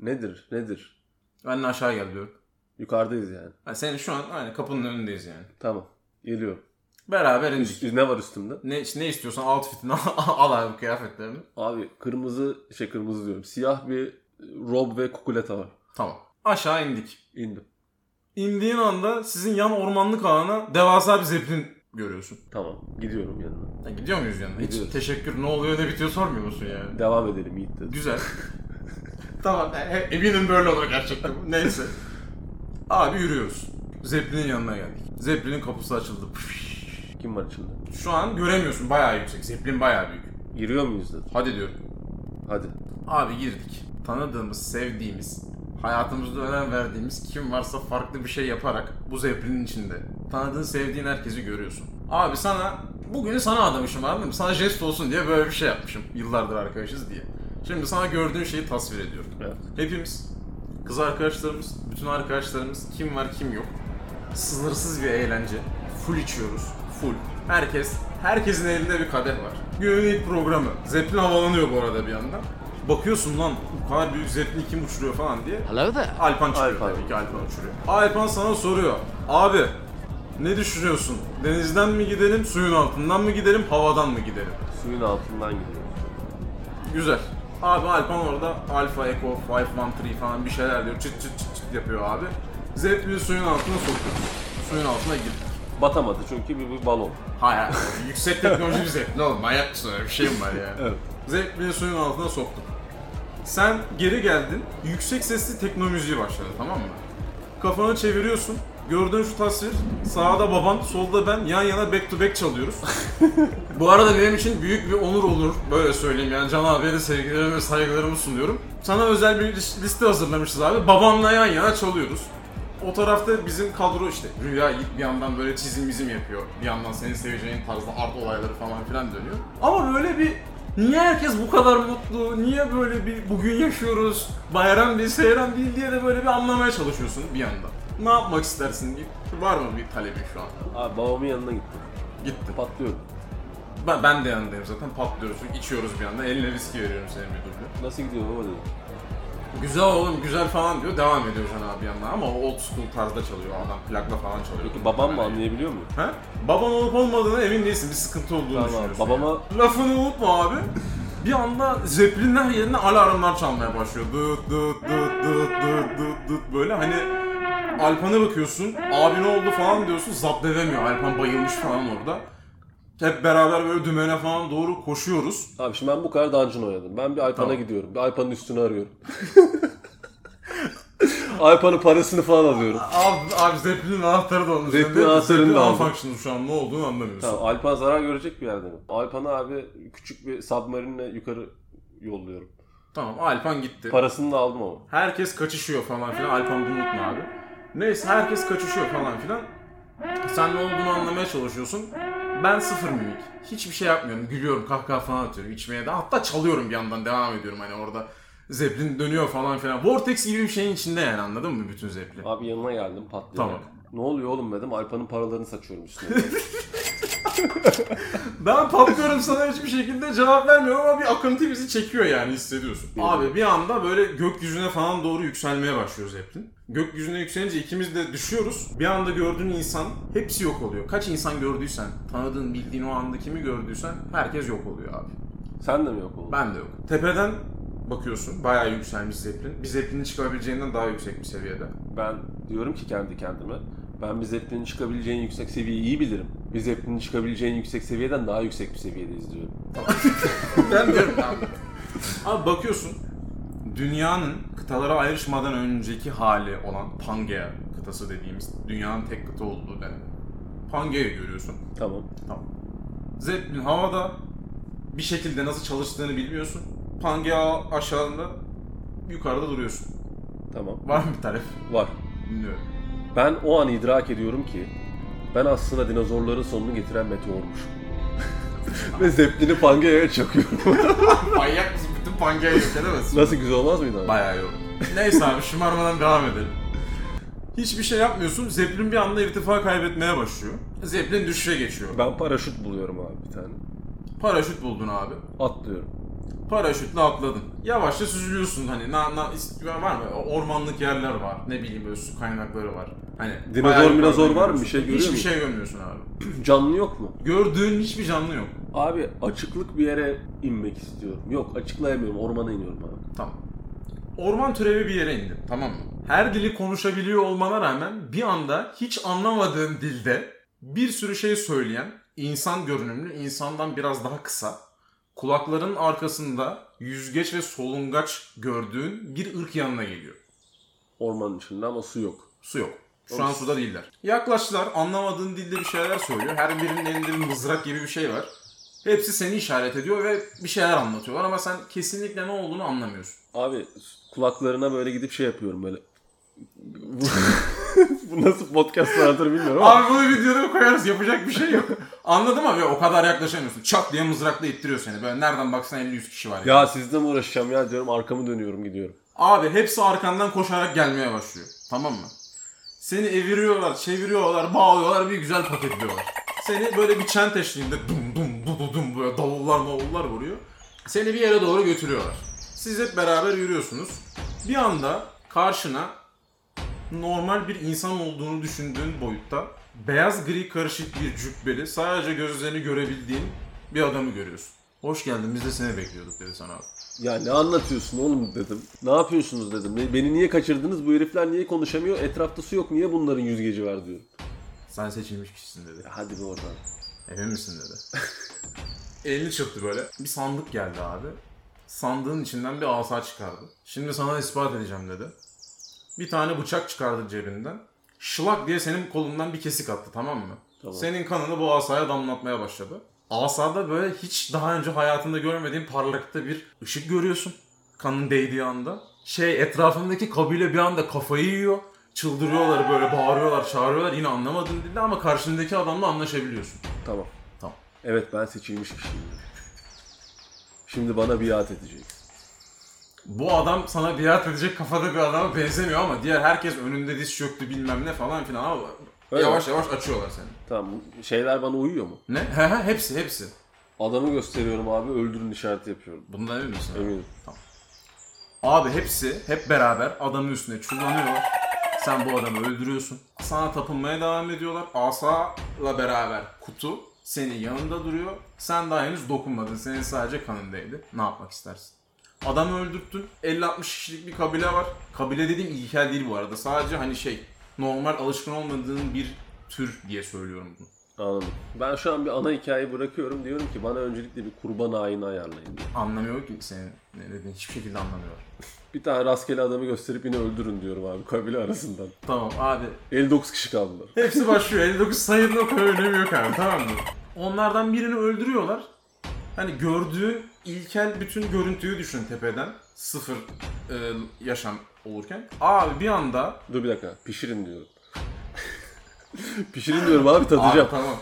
Speaker 2: Nedir? Nedir?
Speaker 3: Benle aşağı gel diyorum.
Speaker 2: Yukarıdayız yani.
Speaker 3: Ha, senin şu an aynı kapının önündeyiz yani.
Speaker 2: Tamam. Geliyorum.
Speaker 3: Beraber indik.
Speaker 2: Üst- ne var üstümde?
Speaker 3: Ne, ne istiyorsan outfitini al, al abi kıyafetlerini.
Speaker 2: Abi kırmızı, şey kırmızı diyorum. Siyah bir rob ve kukuleta var.
Speaker 3: Tamam. Aşağı indik.
Speaker 2: İndim.
Speaker 3: İndiğin anda sizin yan ormanlık alana devasa bir zeplin görüyorsun.
Speaker 2: Tamam. Gidiyorum yanına.
Speaker 3: Ya gidiyor muyuz yanına? Hiç
Speaker 2: Gidiyoruz.
Speaker 3: teşekkür ne oluyor ne bitiyor sormuyor musun yani?
Speaker 2: Devam edelim Yiğit dedi.
Speaker 3: Güzel. tamam e- e- eminim böyle olur gerçekten. Neyse. Abi yürüyoruz. Zeppelin'in yanına geldik. Zeppelin'in kapısı açıldı.
Speaker 2: Kim var içinde?
Speaker 3: Şu an göremiyorsun bayağı yüksek. Zeppelin bayağı büyük.
Speaker 2: Giriyor muyuz dedi.
Speaker 3: Hadi diyorum.
Speaker 2: Hadi.
Speaker 3: Abi girdik. Tanıdığımız, sevdiğimiz, hayatımızda önem verdiğimiz kim varsa farklı bir şey yaparak bu Zeppelin'in içinde. Tanıdığın, sevdiğin herkesi görüyorsun. Abi sana, bugünü sana adamışım anladın mı? Sana jest olsun diye böyle bir şey yapmışım. Yıllardır arkadaşız diye. Şimdi sana gördüğün şeyi tasvir ediyorum.
Speaker 2: Evet.
Speaker 3: Hepimiz, kız arkadaşlarımız, bütün arkadaşlarımız kim var kim yok. Sınırsız bir eğlence. Full içiyoruz. Full. Herkes, herkesin elinde bir kadeh var. Günün ilk programı. Zeplin havalanıyor bu arada bir yandan. Bakıyorsun lan bu kadar büyük zeplini kim uçuruyor falan diye.
Speaker 4: Hello there.
Speaker 3: Alpan çıkıyor
Speaker 2: Alpan.
Speaker 3: tabii ki Alpan uçuruyor. Alpan sana soruyor. Abi ne düşünüyorsun? Denizden mi gidelim, suyun altından mı gidelim, havadan mı gidelim?
Speaker 2: Suyun altından gidiyorum.
Speaker 3: Güzel. Abi Alpan orada Alfa Echo 513 falan bir şeyler diyor. Çıt çıt çıt çıt yapıyor abi. Zeplini suyun altına sokuyor. Suyun altına girdik.
Speaker 2: Batamadı çünkü bir, bir balon.
Speaker 3: Hayır. yüksek teknoloji bir zeplin oğlum. Manyak mısın öyle bir şey mi var ya? evet. Zeplini suyun altına soktuk. Sen geri geldin. Yüksek sesli tekno müziği başladı tamam mı? Kafanı çeviriyorsun. Gördüğün şu tasvir. Sağda baban, solda ben. Yan yana back to back çalıyoruz. Bu arada benim için büyük bir onur olur. Böyle söyleyeyim yani Can abiye de sevgilerimi ve saygılarımı sunuyorum. Sana özel bir lis- liste hazırlamışız abi. Babamla yan yana çalıyoruz. O tarafta bizim kadro işte Rüya Yiğit bir yandan böyle çizim bizim yapıyor. Bir yandan seni seveceğin tarzda art olayları falan filan dönüyor. Ama böyle bir niye herkes bu kadar mutlu, niye böyle bir bugün yaşıyoruz, bayram değil seyran değil diye de böyle bir anlamaya çalışıyorsun bir yandan. Ne yapmak istersin diye. Var mı bir talebin şu an?
Speaker 2: Abi babamın yanına gittim.
Speaker 3: Gitti.
Speaker 2: Patlıyorum.
Speaker 3: Ben, ben de yanındayım zaten patlıyoruz, içiyoruz bir anda. Eline viski veriyorum senin bir durumda.
Speaker 2: Nasıl gidiyor baba dedim.
Speaker 3: Güzel oğlum güzel falan diyor. Devam ediyor Can abi yanına ama o old school tarzda çalıyor adam. Plakla falan çalıyor.
Speaker 2: Peki babam mı anlayabiliyor mu?
Speaker 3: Ha? Baban olup olmadığına emin değilsin. Bir sıkıntı olduğunu
Speaker 2: Tamam.
Speaker 3: düşünüyorsun.
Speaker 2: Babama
Speaker 3: Lafını unutma abi. Bir anda zeplinler yerine alarmlar çalmaya başlıyor. Dıt dıt dıt dıt dıt dıt dıt böyle hani Alpan'a bakıyorsun. Abi ne oldu falan diyorsun. Zapt edemiyor. Alpan bayılmış falan orada. Hep beraber böyle dümene falan doğru koşuyoruz.
Speaker 2: Abi şimdi ben bu kadar dungeon oynadım. Ben bir Alpan'a
Speaker 3: Tamam.
Speaker 2: gidiyorum. Bir Alpan'ın üstünü arıyorum. Alpa'nın parasını falan alıyorum.
Speaker 3: Abi, abi Zeppelin'in anahtarı da onun üzerinde.
Speaker 2: Zeppelin'in anahtarını da
Speaker 3: Zeppelin
Speaker 2: aldım.
Speaker 3: Unfunctional şu an ne olduğunu anlamıyorsun.
Speaker 2: Tamam Alpan zarar görecek bir yerde mi? Alpan'ı abi küçük bir submarine'le yukarı yolluyorum.
Speaker 3: Tamam Alpan gitti.
Speaker 2: Parasını da aldım ama.
Speaker 3: Herkes kaçışıyor falan filan. Alpan bunu unutma abi. Neyse herkes kaçışıyor falan filan. Sen ne olduğunu anlamaya çalışıyorsun. Ben sıfır mimik. Hiçbir şey yapmıyorum. Gülüyorum, kahkaha falan atıyorum. içmeye de hatta çalıyorum bir yandan devam ediyorum hani orada. Zeplin dönüyor falan filan. Vortex gibi bir şeyin içinde yani anladın mı bütün Zeplin?
Speaker 2: Abi yanına geldim patlayarak.
Speaker 3: Tamam.
Speaker 2: Ne oluyor oğlum dedim. Alpan'ın paralarını saçıyorum üstüne.
Speaker 3: Ben patlıyorum sana hiçbir şekilde cevap vermiyorum ama bir akıntı bizi çekiyor yani hissediyorsun. Abi bir anda böyle gökyüzüne falan doğru yükselmeye başlıyoruz Zeppelin. Gökyüzüne yükselince ikimiz de düşüyoruz. Bir anda gördüğün insan hepsi yok oluyor. Kaç insan gördüysen, tanıdığın, bildiğin o anda kimi gördüysen herkes yok oluyor abi.
Speaker 2: Sen de mi yok oğlum?
Speaker 3: Ben de yok. Tepeden bakıyorsun bayağı yükselmiş Zeppelin. Bir Zeppelin'in çıkabileceğinden daha yüksek bir seviyede.
Speaker 2: Ben diyorum ki kendi kendime. Ben bir Zeppelin'in çıkabileceğin yüksek seviyeyi iyi bilirim. Bir Zeppelin'in çıkabileceğin yüksek seviyeden daha yüksek bir seviyedeyiz diyorum.
Speaker 3: ben diyorum abi. Abi bakıyorsun dünyanın kıtalara ayrışmadan önceki hali olan Pangea kıtası dediğimiz dünyanın tek kıta olduğu dönem. Pangea'yı görüyorsun.
Speaker 2: Tamam.
Speaker 3: Tamam. Zeppelin havada bir şekilde nasıl çalıştığını bilmiyorsun. Pangea aşağında yukarıda duruyorsun.
Speaker 2: Tamam.
Speaker 3: Var mı bir tarif?
Speaker 2: Var.
Speaker 3: Bilmiyorum.
Speaker 2: Ben o an idrak ediyorum ki ben aslında dinozorların sonunu getiren meteormuşum. Ve Zeppelin'i Pangea'ya çakıyorum.
Speaker 3: Manyak mısın? Bütün Pangea'yı yok edemezsin.
Speaker 2: Nasıl güzel olmaz mıydı abi?
Speaker 3: Bayağı yok. Neyse abi şımarmadan devam edelim. Hiçbir şey yapmıyorsun. Zeplin bir anda irtifa kaybetmeye başlıyor. Zeplin düşüşe geçiyor.
Speaker 2: Ben paraşüt buluyorum abi bir tane.
Speaker 3: Paraşüt buldun abi.
Speaker 2: Atlıyorum.
Speaker 3: Paraşütle atladın. Yavaşça süzülüyorsun hani. Na, na, ist- var mı? Ormanlık yerler var. Ne bileyim böyle su kaynakları var. Hani
Speaker 2: Dinozor,
Speaker 3: bayağı yukarıda
Speaker 2: minozor var mı?
Speaker 3: görüyorsun.
Speaker 2: Bir şey görüyor
Speaker 3: Hiçbir
Speaker 2: musun?
Speaker 3: şey görmüyorsun abi.
Speaker 2: Canlı yok mu?
Speaker 3: Gördüğün hiçbir canlı yok.
Speaker 2: Abi açıklık bir yere inmek istiyorum. Yok açıklayamıyorum ormana iniyorum abi.
Speaker 3: Tamam. Orman türevi bir yere indin tamam mı? Her dili konuşabiliyor olmana rağmen bir anda hiç anlamadığın dilde bir sürü şey söyleyen insan görünümlü, insandan biraz daha kısa, kulakların arkasında yüzgeç ve solungaç gördüğün bir ırk yanına geliyor.
Speaker 2: Ormanın içinde ama su yok.
Speaker 3: Su yok. Şu an
Speaker 2: Of.
Speaker 3: suda değiller. Yaklaştılar anlamadığın dilde bir şeyler söylüyor. Her birinin elinde bir mızrak gibi bir şey var. Hepsi seni işaret ediyor ve bir şeyler anlatıyorlar ama sen kesinlikle ne olduğunu anlamıyorsun.
Speaker 2: Abi kulaklarına böyle gidip şey yapıyorum böyle. Bu- Bu nasıl podcast vardır bilmiyorum ama.
Speaker 3: Abi bunu videoda koyarız yapacak bir şey yok. Anladım abi o kadar yaklaşamıyorsun. Çat diye mızrakla ittiriyor seni. Böyle nereden baksan 50-100 kişi var.
Speaker 2: Ya sizle mi uğraşacağım ya diyorum arkamı dönüyorum gidiyorum.
Speaker 3: Abi hepsi arkandan koşarak gelmeye başlıyor. Tamam mı? Seni eviriyorlar, çeviriyorlar, bağlıyorlar, bir güzel paketliyorlar. Seni böyle bir çent eşliğinde dum dum du du dum böyle davullar mavullar vuruyor. Seni bir yere doğru götürüyorlar. Siz hep beraber yürüyorsunuz. Bir anda karşına normal bir insan olduğunu düşündüğün boyutta beyaz gri karışık bir cübbeli sadece gözlerini görebildiğin bir adamı görüyorsun. Hoş geldin biz de seni bekliyorduk dedi sana abi.
Speaker 2: Ya ne anlatıyorsun oğlum dedim. Ne yapıyorsunuz dedim. "Be- Beni niye kaçırdınız bu herifler niye konuşamıyor etrafta su yok niye bunların yüzgeci var diyor.
Speaker 3: Sen seçilmiş kişisin dedi.
Speaker 2: Ya Hadi be oradan.
Speaker 3: Emin misin dedi. Elini çırptı böyle. Bir sandık geldi abi. Sandığın içinden bir asa çıkardı. Şimdi sana ispat edeceğim dedi. Bir tane bıçak çıkardı cebinden. Şılak diye senin kolundan bir kesik attı tamam mı?
Speaker 2: Tamam.
Speaker 3: Senin kanını bu asaya damlatmaya başladı. Asada böyle hiç daha önce hayatında görmediğin parlakta bir ışık görüyorsun. Kanın değdiği anda. Şey etrafındaki kabile bir anda kafayı yiyor. Çıldırıyorlar böyle bağırıyorlar çağırıyorlar yine anlamadın dilde ama karşındaki adamla anlaşabiliyorsun.
Speaker 2: Tamam.
Speaker 3: Tamam.
Speaker 2: Evet ben seçilmiş kişiyim. Şimdi bana biat edecek.
Speaker 3: Bu adam sana biat edecek kafada bir adama benzemiyor ama diğer herkes önünde diz çöktü bilmem ne falan filan ama
Speaker 2: Öyle
Speaker 3: yavaş yavaş açıyorlar seni.
Speaker 2: Tamam bu şeyler bana uyuyor mu?
Speaker 3: Ne? He he hepsi hepsi.
Speaker 2: Adamı gösteriyorum abi öldürün işareti yapıyorum.
Speaker 3: Bundan emin misin?
Speaker 2: Eminim.
Speaker 3: Abi hepsi hep beraber adamın üstüne çullanıyorlar. Sen bu adamı öldürüyorsun. Sana tapınmaya devam ediyorlar. Asa'la beraber kutu senin yanında duruyor. Sen daha henüz dokunmadın. Senin sadece kanın değdi. Ne yapmak istersin? Adamı öldürttün. 50-60 kişilik bir kabile var. Kabile dediğim ilkel değil bu arada. Sadece hani şey normal alışkın olmadığın bir tür diye söylüyorum bunu.
Speaker 2: Anladım. Ben şu an bir ana hikayeyi bırakıyorum. Diyorum ki bana öncelikle bir kurban ayini ayarlayın. diyor.
Speaker 3: Anlamıyor ki senin ne dediğini. Hiçbir şekilde anlamıyor.
Speaker 2: Bir tane rastgele adamı gösterip yine öldürün diyorum abi kabile arasından.
Speaker 3: Tamam abi
Speaker 2: 59 kişi kaldılar.
Speaker 3: Hepsi başlıyor. 59 sayının o kadar önemi yok abi tamam mı? Onlardan birini öldürüyorlar. Hani gördüğün ilkel bütün görüntüyü düşün tepeden. Sıfır e, yaşam olurken. Abi bir anda...
Speaker 2: Dur bir dakika pişirin diyorum. pişirin diyorum abi
Speaker 3: Abi
Speaker 2: tadacağım.
Speaker 3: tamam.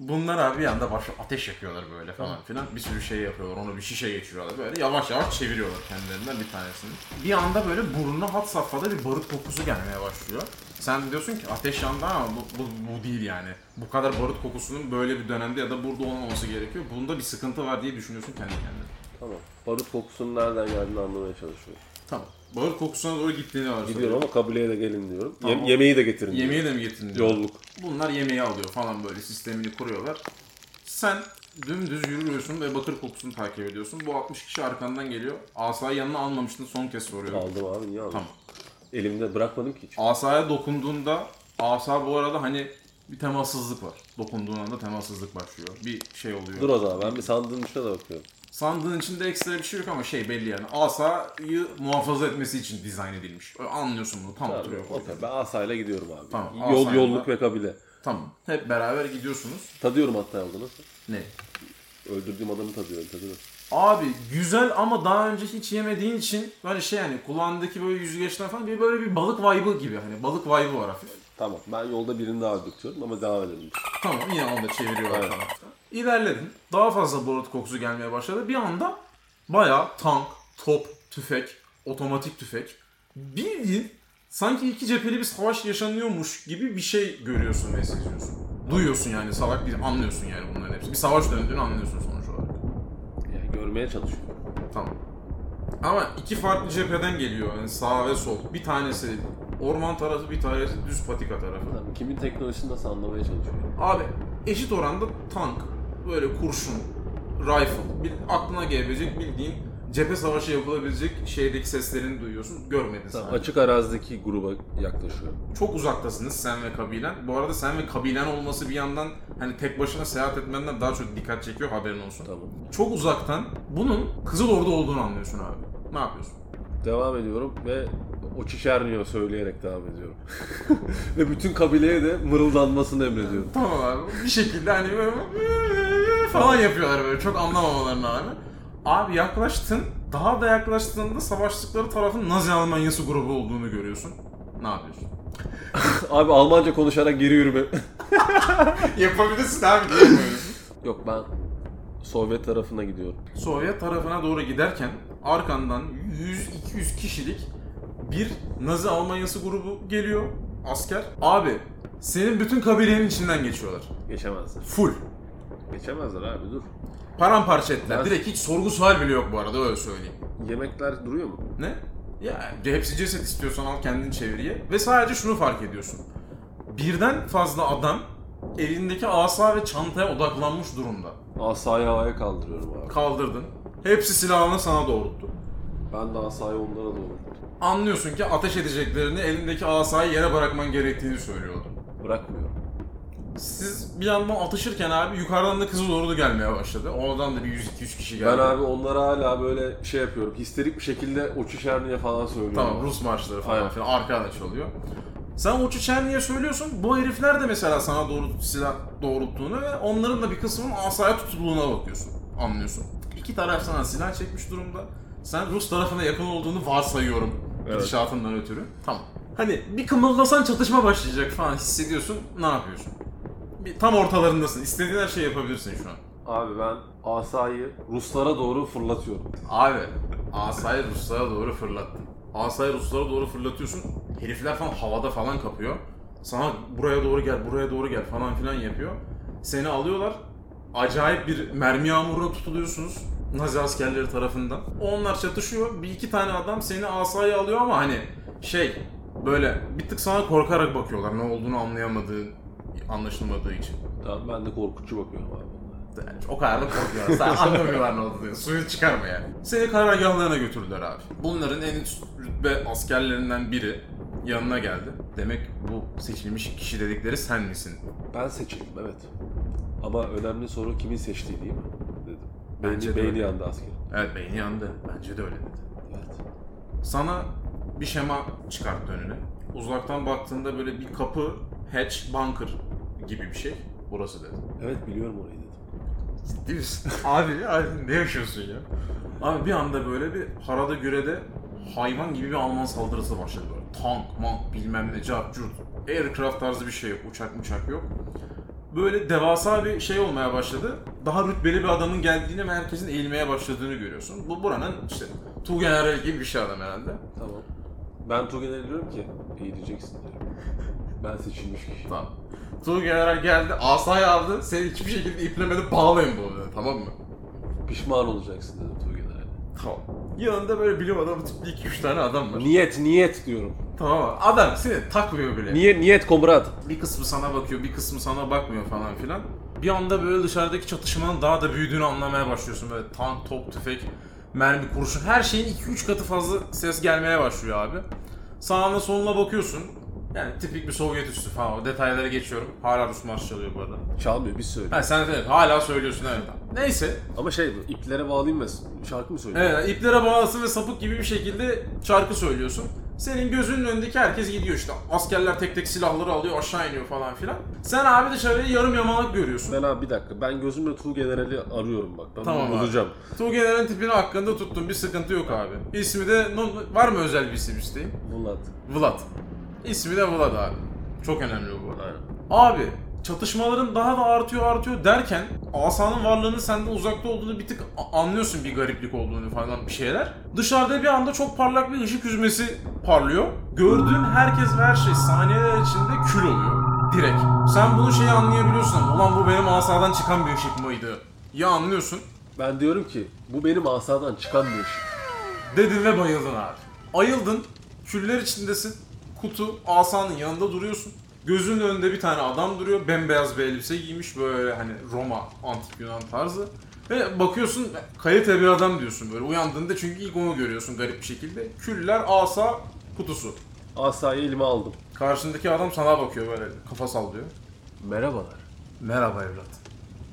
Speaker 3: Bunlar abi bir anda başlıyor. Ateş yakıyorlar böyle falan filan. Bir sürü şey yapıyorlar. Onu bir şişe geçiriyorlar. Böyle yavaş yavaş çeviriyorlar kendilerinden bir tanesini. Bir anda böyle burnuna hat safhada bir barut kokusu gelmeye başlıyor. Sen diyorsun ki ateş yandı ama bu, bu, bu değil yani. Bu kadar barut kokusunun böyle bir dönemde ya da burada olmaması gerekiyor. Bunda bir sıkıntı var diye düşünüyorsun kendi kendine.
Speaker 2: Tamam. Barut kokusunun nereden geldiğini anlamaya çalışıyorum.
Speaker 3: Tamam. Barut kokusuna doğru gittiğini varsayıyor.
Speaker 2: Gidiyorum ama kabileye de gelin diyorum. Ye-
Speaker 3: Tamam.
Speaker 2: yemeği de getirin diyorum.
Speaker 3: Yemeği de mi getirdin? diyor.
Speaker 2: Yolluk.
Speaker 3: Bunlar yemeği alıyor falan böyle sistemini kuruyorlar. Sen dümdüz yürüyorsun ve bakır kokusunu takip ediyorsun. Bu 60 kişi arkandan geliyor. Asayı yanına almamıştın son kez soruyorum.
Speaker 2: Aldım abi niye aldım?
Speaker 3: Tamam.
Speaker 2: Elimde bırakmadım ki hiç.
Speaker 3: Asaya dokunduğunda asa bu arada hani bir temassızlık var. Dokunduğun anda temassızlık başlıyor. Bir şey oluyor.
Speaker 2: Dur o zaman ben bir sandığın dışına da bakıyorum.
Speaker 3: Sandığın içinde ekstra bir şey yok ama şey belli yani. Asayı muhafaza etmesi için dizayn edilmiş. Öyle Anlıyorsun bunu tam oturuyor.
Speaker 2: Okey, ben asayla gidiyorum abi.
Speaker 3: Tamam,
Speaker 2: Yol
Speaker 3: asayla.
Speaker 2: yolluk ve kabile.
Speaker 3: Tamam. Hep beraber gidiyorsunuz.
Speaker 2: Tadıyorum hatta yolda nasıl?
Speaker 3: Ne?
Speaker 2: Öldürdüğüm adamı tadıyorum tadıyorum.
Speaker 3: Abi güzel ama daha önce hiç yemediğin için böyle şey hani kulağındaki böyle yüzgeçten falan bir böyle bir balık vibe'ı gibi hani balık vibe'ı var hafif.
Speaker 2: Tamam ben yolda birini daha öldürtüyorum ama devam edelim.
Speaker 3: Tamam yine onu da çeviriyorlar
Speaker 2: Evet.
Speaker 3: falan. İlerledin. Daha fazla barut kokusu gelmeye başladı. Bir anda bayağı tank, top, tüfek, otomatik tüfek. Bildiğin sanki iki cepheli bir savaş yaşanıyormuş gibi bir şey görüyorsun ve seziyorsun. Duyuyorsun yani salak bir anlıyorsun yani bunların hepsini. Bir savaş döndüğünü anlıyorsun sonuç olarak.
Speaker 2: Yani görmeye çalışıyorum.
Speaker 3: Tamam. Ama iki farklı cepheden geliyor. Yani sağ ve sol. Bir tanesi orman tarafı, bir tanesi düz patika tarafı.
Speaker 2: Tamam, kimin teknolojisini nasıl anlamaya çalışıyorum.
Speaker 3: Abi eşit oranda tank, böyle kurşun, rifle, bir aklına gelebilecek bildiğin cephe savaşı yapılabilecek şeydeki seslerini duyuyorsun. Görmedin sen.
Speaker 2: Tamam, açık arazideki gruba yaklaşıyorum.
Speaker 3: Çok uzaktasınız sen ve kabilen. Bu arada sen ve kabilen olması bir yandan hani tek başına seyahat etmenden daha çok dikkat çekiyor haberin olsun.
Speaker 2: Tamam.
Speaker 3: Çok uzaktan bunun Kızıl Ordu olduğunu anlıyorsun abi. Ne yapıyorsun?
Speaker 2: Devam ediyorum ve o çişerniyor söyleyerek devam ediyorum. ve bütün kabileye de mırıldanmasını emrediyorum.
Speaker 3: Tamam abi. Bir şekilde hani böyle falan yapıyorlar böyle çok anlamamalarına rağmen. Abi yaklaştın. Daha da yaklaştığında savaştıkları tarafın Nazi Almanyası grubu olduğunu görüyorsun. Ne yapıyorsun?
Speaker 2: abi Almanca konuşarak geri yürüme.
Speaker 3: Yapabilirsin abi. niye yapmıyorsun?
Speaker 2: Yok ben Sovyet tarafına gidiyorum.
Speaker 3: Sovyet tarafına doğru giderken arkandan 100-200 kişilik bir Nazi Almanyası grubu geliyor. Asker. Abi senin bütün kabilenin içinden geçiyorlar.
Speaker 2: Geçemezler.
Speaker 3: Full.
Speaker 2: Geçemezler abi dur.
Speaker 3: Paramparça ettiler.
Speaker 2: Ben-
Speaker 3: Direkt hiç sorgu sual bile yok bu arada öyle söyleyeyim.
Speaker 2: Yemekler duruyor mu?
Speaker 3: Ne? Ya hepsi ceset istiyorsan al kendin çeviriye. Ve sadece şunu fark ediyorsun. Birden fazla adam elindeki asa ve çantaya odaklanmış durumda.
Speaker 2: Asayı havaya kaldırıyorum abi.
Speaker 3: Kaldırdın. Hepsi silahını sana doğrulttu.
Speaker 2: Ben de asayı onlara doğru.
Speaker 3: Anlıyorsun ki ateş edeceklerini elindeki asayı yere bırakman gerektiğini söylüyordu.
Speaker 2: Bırakmıyorum.
Speaker 3: Siz bir yandan atışırken abi yukarıdan da Kızıl Ordu gelmeye başladı. Oradan da bir 100-200 kişi
Speaker 2: Ben
Speaker 3: geldi.
Speaker 2: abi onlara hala böyle şey yapıyorum. Histerik bir şekilde o çişerniye falan söylüyorum.
Speaker 3: Tamam Rus marşları falan
Speaker 2: Aynen.
Speaker 3: filan arkada çalıyor. Sen o çiçeğe söylüyorsun? Bu herifler de mesela sana doğru silah doğrulttuğunu ve onların da bir kısmının asaya tutulduğuna bakıyorsun. Anlıyorsun. İki taraf sana silah çekmiş durumda. Sen Rus tarafına yakın olduğunu varsayıyorum.
Speaker 2: Evet.
Speaker 3: Gidişatından ötürü. Tamam. Hani bir kımıldasan çatışma başlayacak falan hissediyorsun. Ne yapıyorsun? Bir, tam ortalarındasın. İstediğin her şeyi yapabilirsin şu an.
Speaker 2: Abi ben asayı Ruslara doğru fırlatıyorum.
Speaker 3: Abi asayı Ruslara doğru fırlattın. Asayı Ruslara doğru fırlatıyorsun. Herifler falan havada falan kapıyor. Sana buraya doğru gel, buraya doğru gel falan filan yapıyor. Seni alıyorlar. Acayip bir mermi yağmuruna tutuluyorsunuz. Nazi askerleri tarafından. Onlar çatışıyor. Bir iki tane adam seni asaya alıyor ama hani şey böyle bir tık sana korkarak bakıyorlar. Ne olduğunu anlayamadığı, anlaşılmadığı için.
Speaker 2: Tamam ben de korkutucu bakıyorum abi. onlara.
Speaker 3: Yani o kadar da korkuyorlar. Sen anlamıyorlar ne olduğunu. Suyu çıkarma yani. Seni karargahlarına götürdüler abi. Bunların en üst rütbe askerlerinden biri yanına geldi. Demek bu seçilmiş kişi dedikleri sen misin?
Speaker 2: Ben seçildim evet. Ama önemli soru kimin seçtiği değil mi? Dedim.
Speaker 3: Bence
Speaker 2: Beyni,
Speaker 3: de
Speaker 2: beyni
Speaker 3: öyle.
Speaker 2: yandı askerim.
Speaker 3: Evet beyni yandı. Bence de öyle dedi.
Speaker 2: Evet.
Speaker 3: sana bir şema çıkarttı önüne. Uzaktan baktığında böyle bir kapı, hatch, bunker gibi bir şey. Burası dedi.
Speaker 2: Evet biliyorum orayı dedim.
Speaker 3: Ciddi misin? abi, abi ne yaşıyorsun ya? Abi bir anda böyle bir harada gürede hayvan gibi bir Alman saldırısı başladı böyle. Tank, mank, bilmem ne, cart, curt. Aircraft tarzı bir şey yok. Uçak uçak yok. Böyle devasa bir şey olmaya başladı. Daha rütbeli bir adamın geldiğini ve herkesin eğilmeye başladığını görüyorsun. Bu buranın işte Tugeneral gibi bir şey adam herhalde.
Speaker 2: Tamam. Ben Tugan'a diyorum ki eğileceksin diyorum. Ben seçilmiş kişi.
Speaker 3: Tamam. Tugeneral geldi, asayı aldı, seni hiçbir şekilde iplemedi, bağlayın bu arada, tamam mı?
Speaker 2: Pişman olacaksın dedim Tugan'a.
Speaker 3: Tamam. Yanında böyle bilim adamı tipli 2-3 tane adam var.
Speaker 2: Niyet niyet diyorum.
Speaker 3: Tamam abi. Adam seni takmıyor bile.
Speaker 2: Niye niyet komrat.
Speaker 3: Bir kısmı sana bakıyor, bir kısmı sana bakmıyor falan filan. Bir anda böyle dışarıdaki çatışmanın daha da büyüdüğünü anlamaya başlıyorsun. Böyle tank, top, tüfek, mermi, kurşun her şeyin 2-3 katı fazla ses gelmeye başlıyor abi. Sağına soluna bakıyorsun. Yani tipik bir Sovyet üssü falan. O detaylara geçiyorum. Hala Rus marşı çalıyor bu arada.
Speaker 2: Çalmıyor biz söylüyoruz.
Speaker 3: Ha sen evet, hala söylüyorsun evet. Neyse.
Speaker 2: Ama şey iplere bağlayayım mı? Şarkı mı söyleyeyim?
Speaker 3: Evet, iplere bağlısın ve sapık gibi bir şekilde şarkı söylüyorsun. Senin gözünün önündeki herkes gidiyor işte. Askerler tek tek silahları alıyor aşağı iniyor falan filan. Sen abi dışarıya yarım yamalak görüyorsun.
Speaker 2: Ben abi bir dakika. Ben gözümle Tuğ General'i arıyorum bak. Ben
Speaker 3: Tamam
Speaker 2: bunu
Speaker 3: abi.
Speaker 2: bulacağım.
Speaker 3: Tuğgener'in tipini hakkında tuttun bir sıkıntı yok abi. İsmi de no- var mı özel bir isim isteğin?
Speaker 2: Bulat.
Speaker 3: Vlad. İsmi de Vlad abi. Çok önemli bu.
Speaker 2: Aynen.
Speaker 3: Abi çatışmaların daha da artıyor artıyor derken asanın varlığının senden uzakta olduğunu bir tık a- anlıyorsun bir gariplik olduğunu falan bir şeyler. Dışarıda bir anda çok parlak bir ışık hüzmesi parlıyor. Gördüğün herkes ve her şey saniyeler içinde kül oluyor. Direkt. Sen bunu şeyi anlayabiliyorsun ama ulan bu benim asadan çıkan bir ışık mıydı? Ya anlıyorsun.
Speaker 2: Ben diyorum ki bu benim asadan çıkan bir ışık.
Speaker 3: Dedin ve bayıldın abi. Ayıldın, küller içindesin, kutu, asanın yanında duruyorsun. Gözünün önünde bir tane adam duruyor, bembeyaz bir elbise giymiş böyle hani Roma, antik Yunan tarzı. Ve bakıyorsun kalite bir adam diyorsun böyle uyandığında çünkü ilk onu görüyorsun garip bir şekilde. Küller, asa, kutusu.
Speaker 2: Asayı elime aldım.
Speaker 3: Karşındaki adam sana bakıyor böyle kafa sallıyor.
Speaker 2: Merhabalar.
Speaker 3: Merhaba evlat.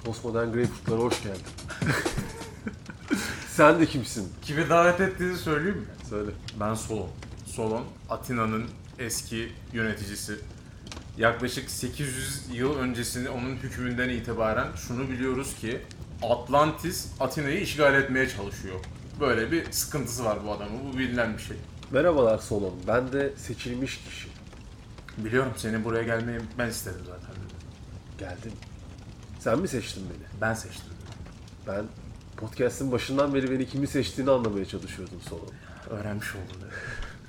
Speaker 2: Postmodern Greyfurtlara hoş geldin. Sen de kimsin?
Speaker 3: Kime davet ettiğini söyleyeyim mi?
Speaker 2: Söyle.
Speaker 3: Ben Solon. Solon, Atina'nın eski yöneticisi. Yaklaşık 800 yıl öncesini onun hükmünden itibaren şunu biliyoruz ki Atlantis Atina'yı işgal etmeye çalışıyor. Böyle bir sıkıntısı var bu adamın. Bu bilinen bir şey.
Speaker 2: Merhabalar Solon. Ben de seçilmiş kişi.
Speaker 3: Biliyorum senin buraya gelmeyi ben istedim zaten.
Speaker 2: Geldim. Sen mi seçtin beni?
Speaker 3: Ben seçtim.
Speaker 2: Ben podcast'in başından beri beni kimi seçtiğini anlamaya çalışıyordum Solon.
Speaker 3: Öğrenmiş oldum.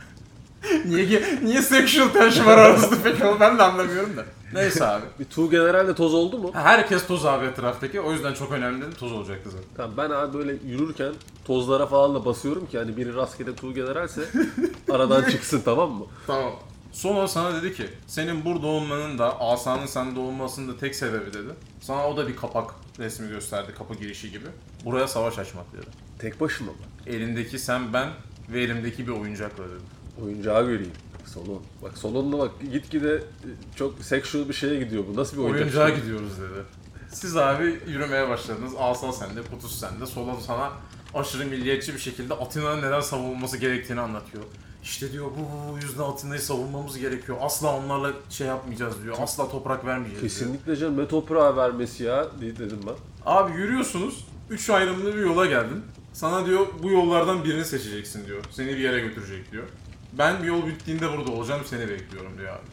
Speaker 3: niye ge- niye sexual tension var aranızda peki onu ben de anlamıyorum da. Neyse abi.
Speaker 2: Bir Tuğ General'le toz oldu mu?
Speaker 3: Herkes toz abi etraftaki. O yüzden çok önemli dedim, toz olacaktı zaten.
Speaker 2: Tamam ben abi böyle yürürken tozlara falan da basıyorum ki hani biri rastgele Tuğ General'se aradan çıksın tamam mı?
Speaker 3: Tamam. Solon sana dedi ki senin burada olmanın da asanın sende olmasının da tek sebebi dedi. Sana o da bir kapak resmi gösterdi kapı girişi gibi. Buraya savaş açmak dedi.
Speaker 2: Tek başıma mı?
Speaker 3: Elindeki sen ben ve elimdeki bir oyuncakla dedi.
Speaker 2: Oyuncağı göreyim. Solon. Bak Solon'la bak gitgide e, çok sexual bir şeye gidiyor bu. Nasıl bir oyuncak? şey?
Speaker 3: Oyuncağa gidiyoruz dedi. Siz abi yürümeye başladınız. Asa sende, Putus sende. Solon sana aşırı milliyetçi bir şekilde Atina'nın neden savunulması gerektiğini anlatıyor. İşte diyor bu, bu, bu yüzden Atina'yı savunmamız gerekiyor. Asla onlarla şey yapmayacağız diyor. Asla toprak vermeyeceğiz diyor.
Speaker 2: Kesinlikle canım ne toprağa vermesi ya diye dedim ben.
Speaker 3: Abi yürüyorsunuz. Üç ayrımlı bir yola geldin. Sana diyor bu yollardan birini seçeceksin diyor. Seni bir yere götürecek diyor. Ben bir yol bittiğinde burada olacağım seni bekliyorum diyor abi.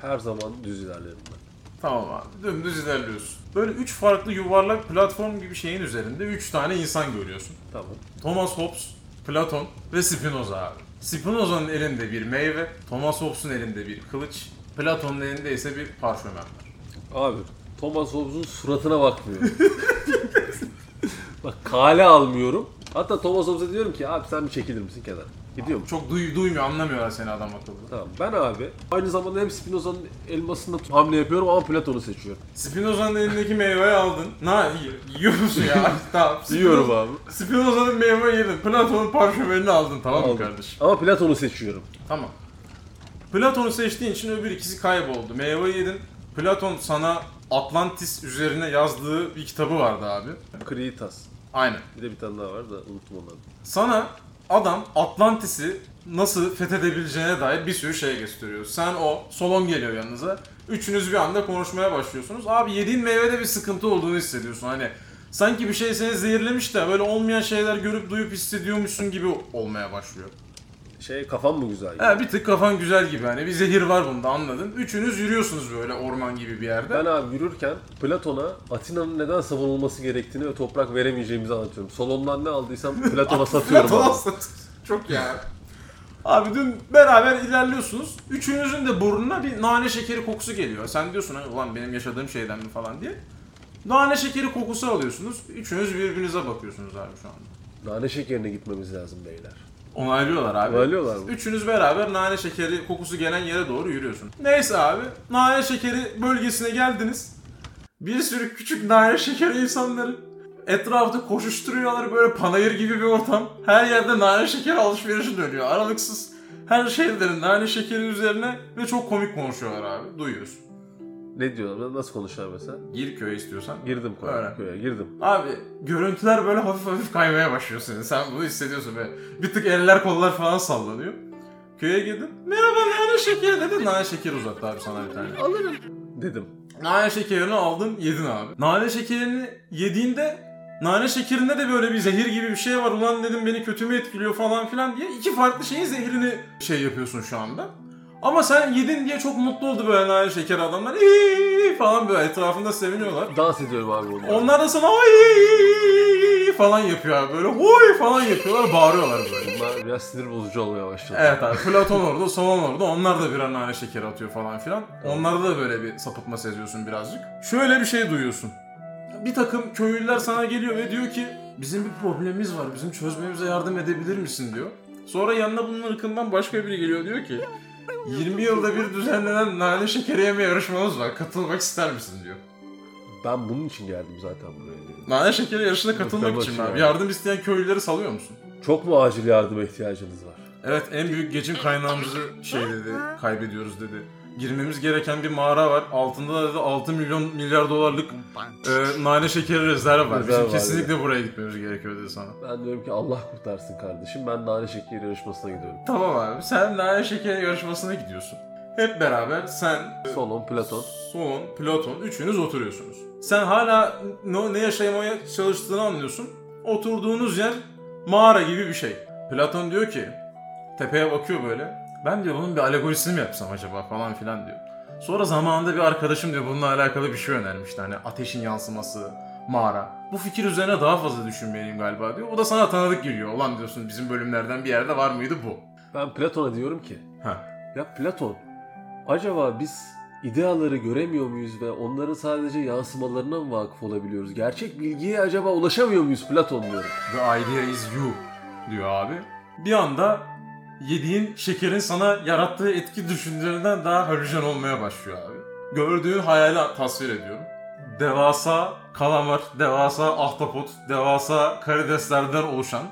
Speaker 2: Her zaman düz ilerlerim ben.
Speaker 3: Tamam abi dümdüz ilerliyorsun. Böyle üç farklı yuvarlak platform gibi şeyin üzerinde üç tane insan görüyorsun.
Speaker 2: Tamam.
Speaker 3: Thomas Hobbes, Platon ve Spinoza abi. Spinoza'nın elinde bir meyve, Thomas Hobbes'un elinde bir kılıç, Platon'un elinde ise bir parşömen var.
Speaker 2: Abi Thomas Hobbes'un suratına bakmıyorum. Bak kale almıyorum. Hatta Thomas Hobbes'a diyorum ki abi sen bir çekilir misin kenara? Gidiyor mu?
Speaker 3: Çok duy- duymuyor, anlamıyorlar seni adam akıllı.
Speaker 2: Tamam ben abi aynı zamanda hem Spinoza'nın elmasında hamle yapıyorum ama Platon'u seçiyorum.
Speaker 3: Spinoza'nın elindeki meyveyi aldın. Na y- yiyor musun ya? tamam. Spinoza-
Speaker 2: Yiyorum abi.
Speaker 3: Spinoza'nın meyveyi yedin. Platon'un parşömenini aldın tamam mı
Speaker 2: Aldım.
Speaker 3: kardeşim?
Speaker 2: Ama Platon'u seçiyorum.
Speaker 3: Tamam. Platon'u seçtiğin için öbür ikisi kayboldu. Meyveyi yedin. Platon sana Atlantis üzerine yazdığı bir kitabı vardı abi.
Speaker 2: Kritas.
Speaker 3: Aynen.
Speaker 2: Bir de bir tane daha var da unuttum onu.
Speaker 3: Sana adam Atlantis'i nasıl fethedebileceğine dair bir sürü şey gösteriyor. Sen o, Solon geliyor yanınıza. Üçünüz bir anda konuşmaya başlıyorsunuz. Abi yediğin meyvede bir sıkıntı olduğunu hissediyorsun. Hani sanki bir şey seni zehirlemiş de böyle olmayan şeyler görüp duyup hissediyormuşsun gibi olmaya başlıyor.
Speaker 2: Şey kafam mı güzel?
Speaker 3: He bir tık kafan güzel gibi hani bir zehir var bunda anladın. Üçünüz yürüyorsunuz böyle orman gibi bir yerde.
Speaker 2: Ben abi yürürken Platon'a Atina'nın neden savunulması gerektiğini ve toprak veremeyeceğimizi anlatıyorum. Salondan ne aldıysam Platon'a satıyorum.
Speaker 3: Platon
Speaker 2: abi.
Speaker 3: satıyor. Çok ya. Abi dün beraber ilerliyorsunuz. Üçünüzün de burnuna bir nane şekeri kokusu geliyor. Sen diyorsun "Hani ulan benim yaşadığım şeyden mi falan diye. Nane şekeri kokusu alıyorsunuz. Üçünüz birbirinize bakıyorsunuz abi şu anda.
Speaker 2: Nane şekerine gitmemiz lazım beyler.
Speaker 3: Onaylıyorlar abi.
Speaker 2: Onaylıyorlar mı?
Speaker 3: Üçünüz beraber nane şekeri kokusu gelen yere doğru yürüyorsun. Neyse abi. Nane şekeri bölgesine geldiniz. Bir sürü küçük nane şekeri insanları etrafta koşuşturuyorlar böyle panayır gibi bir ortam. Her yerde nane şekeri alışverişi dönüyor. Aralıksız her şeylerin nane şekeri üzerine ve çok komik konuşuyorlar abi. Duyuyorsun.
Speaker 2: Ne diyorlar? Nasıl konuşuyorlar mesela?
Speaker 3: Gir köye istiyorsan.
Speaker 2: Girdim koya,
Speaker 3: Öyle.
Speaker 2: köye, girdim.
Speaker 3: Abi görüntüler böyle hafif hafif kaymaya başlıyor senin. Sen bunu hissediyorsun böyle. Bir tık eller kollar falan sallanıyor. Köye girdin. Merhaba nane şekeri dedi. Nane şekeri uzattı abi sana bir tane.
Speaker 2: Alırım dedim.
Speaker 3: Nane şekerini aldın yedin abi. Nane şekerini yediğinde nane şekerinde de böyle bir zehir gibi bir şey var. Ulan dedim beni kötü mü etkiliyor falan filan diye. iki farklı şeyin zehrini şey yapıyorsun şu anda. Ama sen yedin diye çok mutlu oldu böyle nane şekeri adamlar. "İyi" falan böyle etrafında seviniyorlar.
Speaker 2: Dans ediyorum abi onunla.
Speaker 3: Onlar da sana ay falan yapıyor abi böyle hoy falan yapıyorlar bağırıyorlar böyle.
Speaker 2: Bunlar biraz sinir bozucu olmaya başladı.
Speaker 3: Evet abi Platon orada, Solon orada. Onlar da birer nane şekeri atıyor falan filan. Onlarda da böyle bir sapıtma seziyorsun birazcık. Şöyle bir şey duyuyorsun. Bir takım köylüler sana geliyor ve diyor ki bizim bir problemimiz var. Bizim çözmemize yardım edebilir misin diyor. Sonra yanına bunun ırkından başka biri geliyor diyor ki 20 yılda bir düzenlenen nane şekeri yeme yarışmamız var. Katılmak ister misin diyor.
Speaker 2: Ben bunun için geldim zaten buraya. diyorum.
Speaker 3: Nane şekeri yarışına katılmak
Speaker 2: Mükemmel
Speaker 3: için
Speaker 2: şey
Speaker 3: abi.
Speaker 2: yani.
Speaker 3: Yardım isteyen köylüleri salıyor musun?
Speaker 2: Çok mu acil yardıma ihtiyacınız var?
Speaker 3: Evet en büyük geçim kaynağımızı şey dedi kaybediyoruz dedi. Girmemiz gereken bir mağara var. Altında da dedi 6 milyon milyar dolarlık e, nane şekeri rezervi var.
Speaker 2: Rezerv
Speaker 3: Bizim
Speaker 2: var
Speaker 3: kesinlikle buraya gitmemiz gerekiyor dedi sana.
Speaker 2: Ben diyorum ki Allah kurtarsın kardeşim. Ben nane şekeri yarışmasına gidiyorum.
Speaker 3: Tamam abi sen nane şekeri yarışmasına gidiyorsun. Hep beraber sen,
Speaker 2: Solon, Platon.
Speaker 3: Solon, Platon üçünüz oturuyorsunuz. Sen hala ne, ne yaşamaya çalıştığını anlıyorsun. Oturduğunuz yer mağara gibi bir şey. Platon diyor ki tepeye bakıyor böyle. Ben diyor bunun bir alegorisini mi yapsam acaba falan filan diyor. Sonra zamanında bir arkadaşım diyor bununla alakalı bir şey önermişti. Hani ateşin yansıması, mağara. Bu fikir üzerine daha fazla düşünmeliyim galiba diyor. O da sana tanıdık geliyor. Ulan diyorsun bizim bölümlerden bir yerde var mıydı bu?
Speaker 2: Ben Platon'a diyorum ki
Speaker 3: Ha.
Speaker 2: ya Platon acaba biz ideaları göremiyor muyuz ve onların sadece yansımalarına mı vakıf olabiliyoruz? Gerçek bilgiye acaba ulaşamıyor muyuz Platon diyorum.
Speaker 3: The idea is you diyor abi. Bir anda yediğin şekerin sana yarattığı etki düşüncelerinden daha halojen olmaya başlıyor abi. Gördüğün hayali tasvir ediyorum. Devasa kalamar, devasa ahtapot, devasa karideslerden oluşan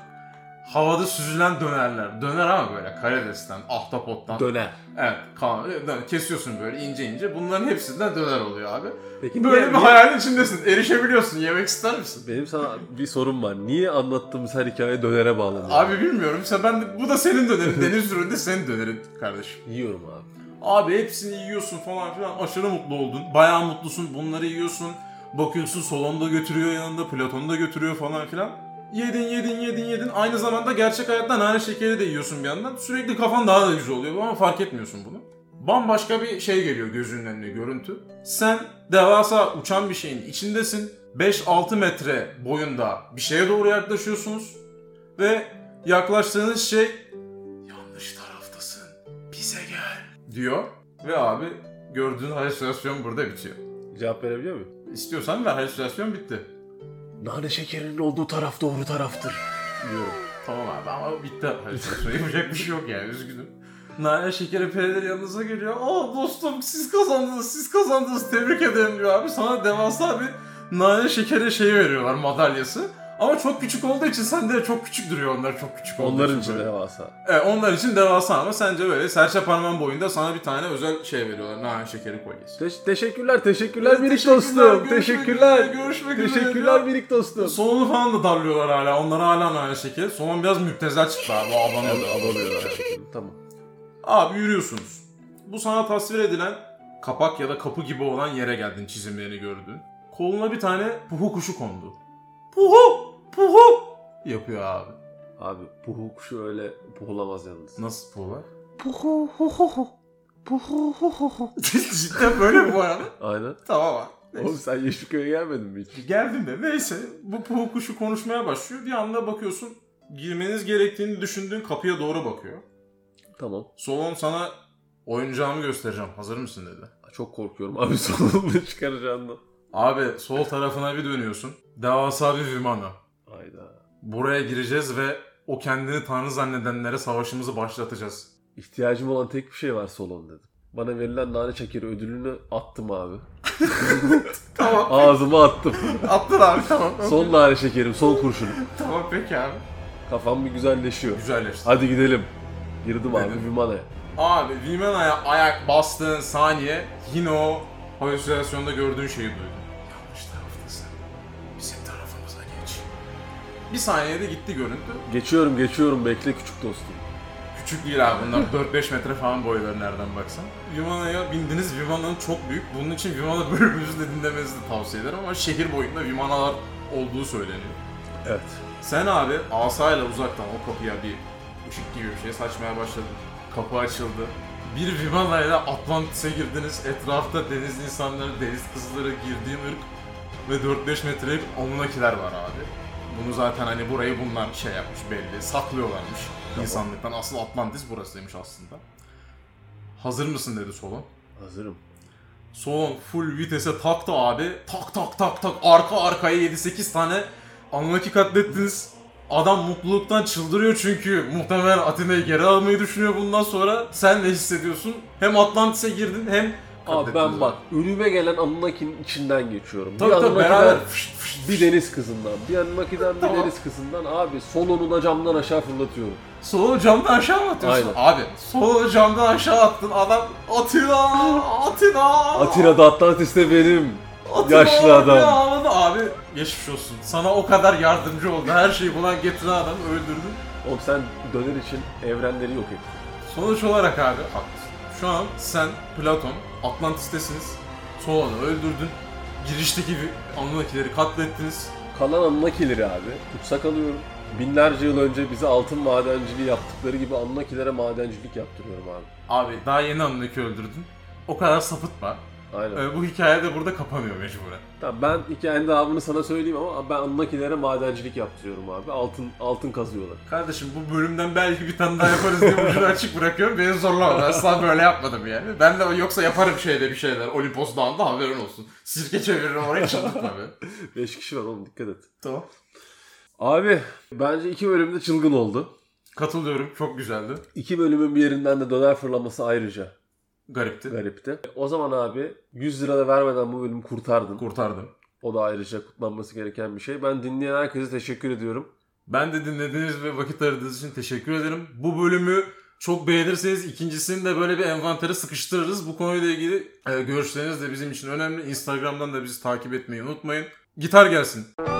Speaker 3: havada süzülen dönerler. Döner ama böyle karidesten, ahtapottan.
Speaker 2: Döner.
Speaker 3: evet, kalamar. döner. Kesiyorsun böyle ince ince. Bunların hepsinden döner oluyor abi.
Speaker 2: Peki
Speaker 3: Böyle
Speaker 2: niye-
Speaker 3: bir hayalin içindesin. Erişebiliyorsun. Yemek ister misin?
Speaker 2: Benim sana bir sorum var. Niye anlattığımız her hikaye dönere bağlanıyor?
Speaker 3: Abi bilmiyorum. Sen ben de- bu da senin dönerin. Deniz ürünü de senin dönerin kardeşim.
Speaker 2: Yiyorum abi.
Speaker 3: Abi hepsini yiyorsun falan filan. Aşırı mutlu oldun. Bayağı mutlusun. Bunları yiyorsun. Bakıyorsun salonda götürüyor yanında. Platon'u da götürüyor falan filan. Yedin yedin yedin yedin. Aynı zamanda gerçek hayatta nane şekeri de yiyorsun bir yandan. Sürekli kafan daha da güzel oluyor ama fark etmiyorsun bunu. Bambaşka bir şey geliyor gözünün önüne görüntü. Sen devasa uçan bir şeyin içindesin. 5-6 metre boyunda bir şeye doğru yaklaşıyorsunuz. Ve yaklaştığınız şey yanlış taraftasın bize gel diyor ve abi gördüğün halüsinasyon burada bitiyor.
Speaker 2: Cevap verebiliyor muyum?
Speaker 3: İstiyorsan ver halüsinasyon bitti.
Speaker 2: Nane şekerinin olduğu taraf doğru taraftır. Diyorum.
Speaker 3: Tamam abi ama bitti halüsinasyon yapacak bir şey yok yani üzgünüm. Nane şekeri perileri yanınıza geliyor. Aa dostum siz kazandınız siz kazandınız tebrik ederim diyor abi. Sana devasa bir nane şekeri şeyi veriyorlar madalyası. Ama çok küçük olduğu için sende çok küçük duruyor onlar çok küçük olduğu
Speaker 2: Onların
Speaker 3: için.
Speaker 2: için
Speaker 3: böyle.
Speaker 2: devasa.
Speaker 3: Evet, onlar için devasa ama sence böyle serçe parmağın boyunda sana bir tane özel şey veriyorlar. Nane şekeri kolyesi.
Speaker 2: Te- teşekkürler, teşekkürler Birik dostum.
Speaker 3: Ee, Teşekkürler,
Speaker 2: Teşekkürler.
Speaker 3: Görüşmek üzere.
Speaker 2: Teşekkürler
Speaker 3: diyor.
Speaker 2: Birik dostum.
Speaker 3: Soğanı falan da darlıyorlar hala. Onlara hala nane şekeri. Soğan biraz müptezel çıktı abi. O abanıyordu.
Speaker 2: Abanıyorlar. Tamam.
Speaker 3: Abi yürüyorsunuz. Bu sana tasvir edilen kapak ya da kapı gibi olan yere geldin çizimlerini gördün. Koluna bir tane puhu kuşu kondu. Puhu! Puhu! Yapıyor abi.
Speaker 2: Abi puhu kuşu öyle puhulamaz yalnız.
Speaker 3: Nasıl puhu var?
Speaker 2: Puhu hu hu hu. Puhu hu hu hu.
Speaker 3: Cidden böyle mi bu arada?
Speaker 2: Aynen.
Speaker 3: Tamam abi. Neyse.
Speaker 2: Oğlum sen Yeşilköy'e gelmedin mi hiç?
Speaker 3: Geldim de neyse bu puhu kuşu konuşmaya başlıyor. Bir anda bakıyorsun girmeniz gerektiğini düşündüğün kapıya doğru bakıyor.
Speaker 2: Tamam.
Speaker 3: Solon sana oyuncağımı göstereceğim hazır mısın dedi.
Speaker 2: Çok korkuyorum abi solunumu çıkaracağından.
Speaker 3: Abi sol tarafına bir dönüyorsun. Devasa bir vimana.
Speaker 2: Hayda.
Speaker 3: Buraya gireceğiz ve o kendini tanrı zannedenlere savaşımızı başlatacağız.
Speaker 2: İhtiyacım olan tek bir şey var solon dedim. Bana verilen nane şekeri ödülünü attım abi.
Speaker 3: Tamam.
Speaker 2: Ağzıma attım.
Speaker 3: Attın abi tamam.
Speaker 2: son nane şekerim, son kurşunum.
Speaker 3: Tamam peki abi.
Speaker 2: Kafam bir güzelleşiyor.
Speaker 3: Güzelleşti.
Speaker 2: Hadi gidelim. Girdim abi
Speaker 3: Dedim.
Speaker 2: Vimana'ya.
Speaker 3: Abi Vimena'ya ayak bastığın saniye yine o halüsinasyonda gördüğün şeyi duydun. Yanlış taraftasın. Bizim tarafımıza geç. Bir saniyede gitti görüntü.
Speaker 2: Geçiyorum geçiyorum bekle küçük dostum.
Speaker 3: Küçük değil abi bunlar 4-5 metre falan boyları nereden baksan. Vimana'ya bindiniz. Vimana'nın çok büyük. Bunun için Vimana bölümümüzü de dinlemenizi de tavsiye ederim ama şehir boyunda Vimana'lar olduğu söyleniyor.
Speaker 2: Evet.
Speaker 3: Sen abi asayla uzaktan o kapıya bir ışık gibi bir şey saçmaya başladın. Kapı açıldı. Bir Vimana'yla Atlantis'e girdiniz. Etrafta deniz insanları, deniz kızları, girdiğim ırk ve 4-5 metrelik omunakiler var abi. Bunu zaten hani burayı bunlar şey yapmış belli, saklıyorlarmış insanlıktan. Asıl Atlantis burasıymış aslında. Hazır mısın dedi Solon.
Speaker 2: Hazırım.
Speaker 3: Solon full vitese taktı abi. Tak tak tak tak arka arkaya 7-8 tane Anlaki katlettiniz. Adam mutluluktan çıldırıyor çünkü muhtemelen Atina'yı geri almayı düşünüyor bundan sonra. Sen ne hissediyorsun? Hem Atlantis'e girdin hem
Speaker 2: Abi ben
Speaker 3: katlettiniz
Speaker 2: bak önüme gelen Anunnaki'nin içinden geçiyorum.
Speaker 3: Tabii tabii
Speaker 2: Anunnaki'den-
Speaker 3: beraber fışt fışt
Speaker 2: Bir
Speaker 3: bir
Speaker 2: deniz kızından, bir Anunnaki'den, bir
Speaker 3: Tamam.
Speaker 2: deniz kızından abi solonu da camdan aşağı fırlatıyorum.
Speaker 3: Solo camdan aşağı mı atıyorsun? Abi solo camdan aşağı attın adam Atina Atina
Speaker 2: Atina'da Atlantis'te benim.
Speaker 3: Atina
Speaker 2: yaşlı
Speaker 3: diye
Speaker 2: adam.
Speaker 3: ağladı. Abi geçmiş olsun sana o kadar yardımcı oldu her şeyi bulan getiren adam öldürdün.
Speaker 2: Oğlum sen döner için evrenleri yok ettin.
Speaker 3: Sonuç olarak abi haklısın. Şu an sen, Platon, Atlantis'tesiniz. Solon'u öldürdün. Girişteki bir Anunnakileri katlettiniz.
Speaker 2: Kalan Anunnaki'leri abi tutsak alıyorum. Binlerce yıl önce bize altın madenciliği yaptıkları gibi Anunnaki'lere madencilik yaptırıyorum abi.
Speaker 3: Abi daha yeni Anunnaki öldürdün. O kadar sapıtma.
Speaker 2: Aynen.
Speaker 3: Ee, bu hikaye de burada kapanıyor mecburen.
Speaker 2: Tamam, ben hikayenin devamını sana söyleyeyim ama ben Anunnaki'lere madencilik yaptırıyorum abi. Altın altın kazıyorlar.
Speaker 3: Kardeşim bu bölümden belki bir tane daha yaparız diye ucunu açık bırakıyorum. Beni zorlama. Ben asla böyle yapmadım yani. Ben de yoksa yaparım şeyde bir şeyler. Olimpos Dağı'nda haberin olsun. Sirke çeviririm oraya çıldırtma beni.
Speaker 2: 5 kişi var oğlum dikkat et.
Speaker 3: Tamam.
Speaker 2: Abi bence iki bölümde çılgın oldu.
Speaker 3: Katılıyorum. Çok güzeldi.
Speaker 2: İki bölümün bir yerinden de döner fırlaması ayrıca
Speaker 3: Garipti.
Speaker 2: garipti. O zaman abi 100 lira da vermeden bu bölümü kurtardın.
Speaker 3: Kurtardım.
Speaker 2: O da ayrıca kutlanması gereken bir şey. Ben dinleyen herkese teşekkür ediyorum.
Speaker 3: Ben de dinlediğiniz ve vakit ayırdığınız için teşekkür ederim. Bu bölümü çok beğenirseniz ikincisini de böyle bir envantere sıkıştırırız. Bu konuyla ilgili e, görüşleriniz de bizim için önemli. Instagram'dan da bizi takip etmeyi unutmayın. Gitar gelsin.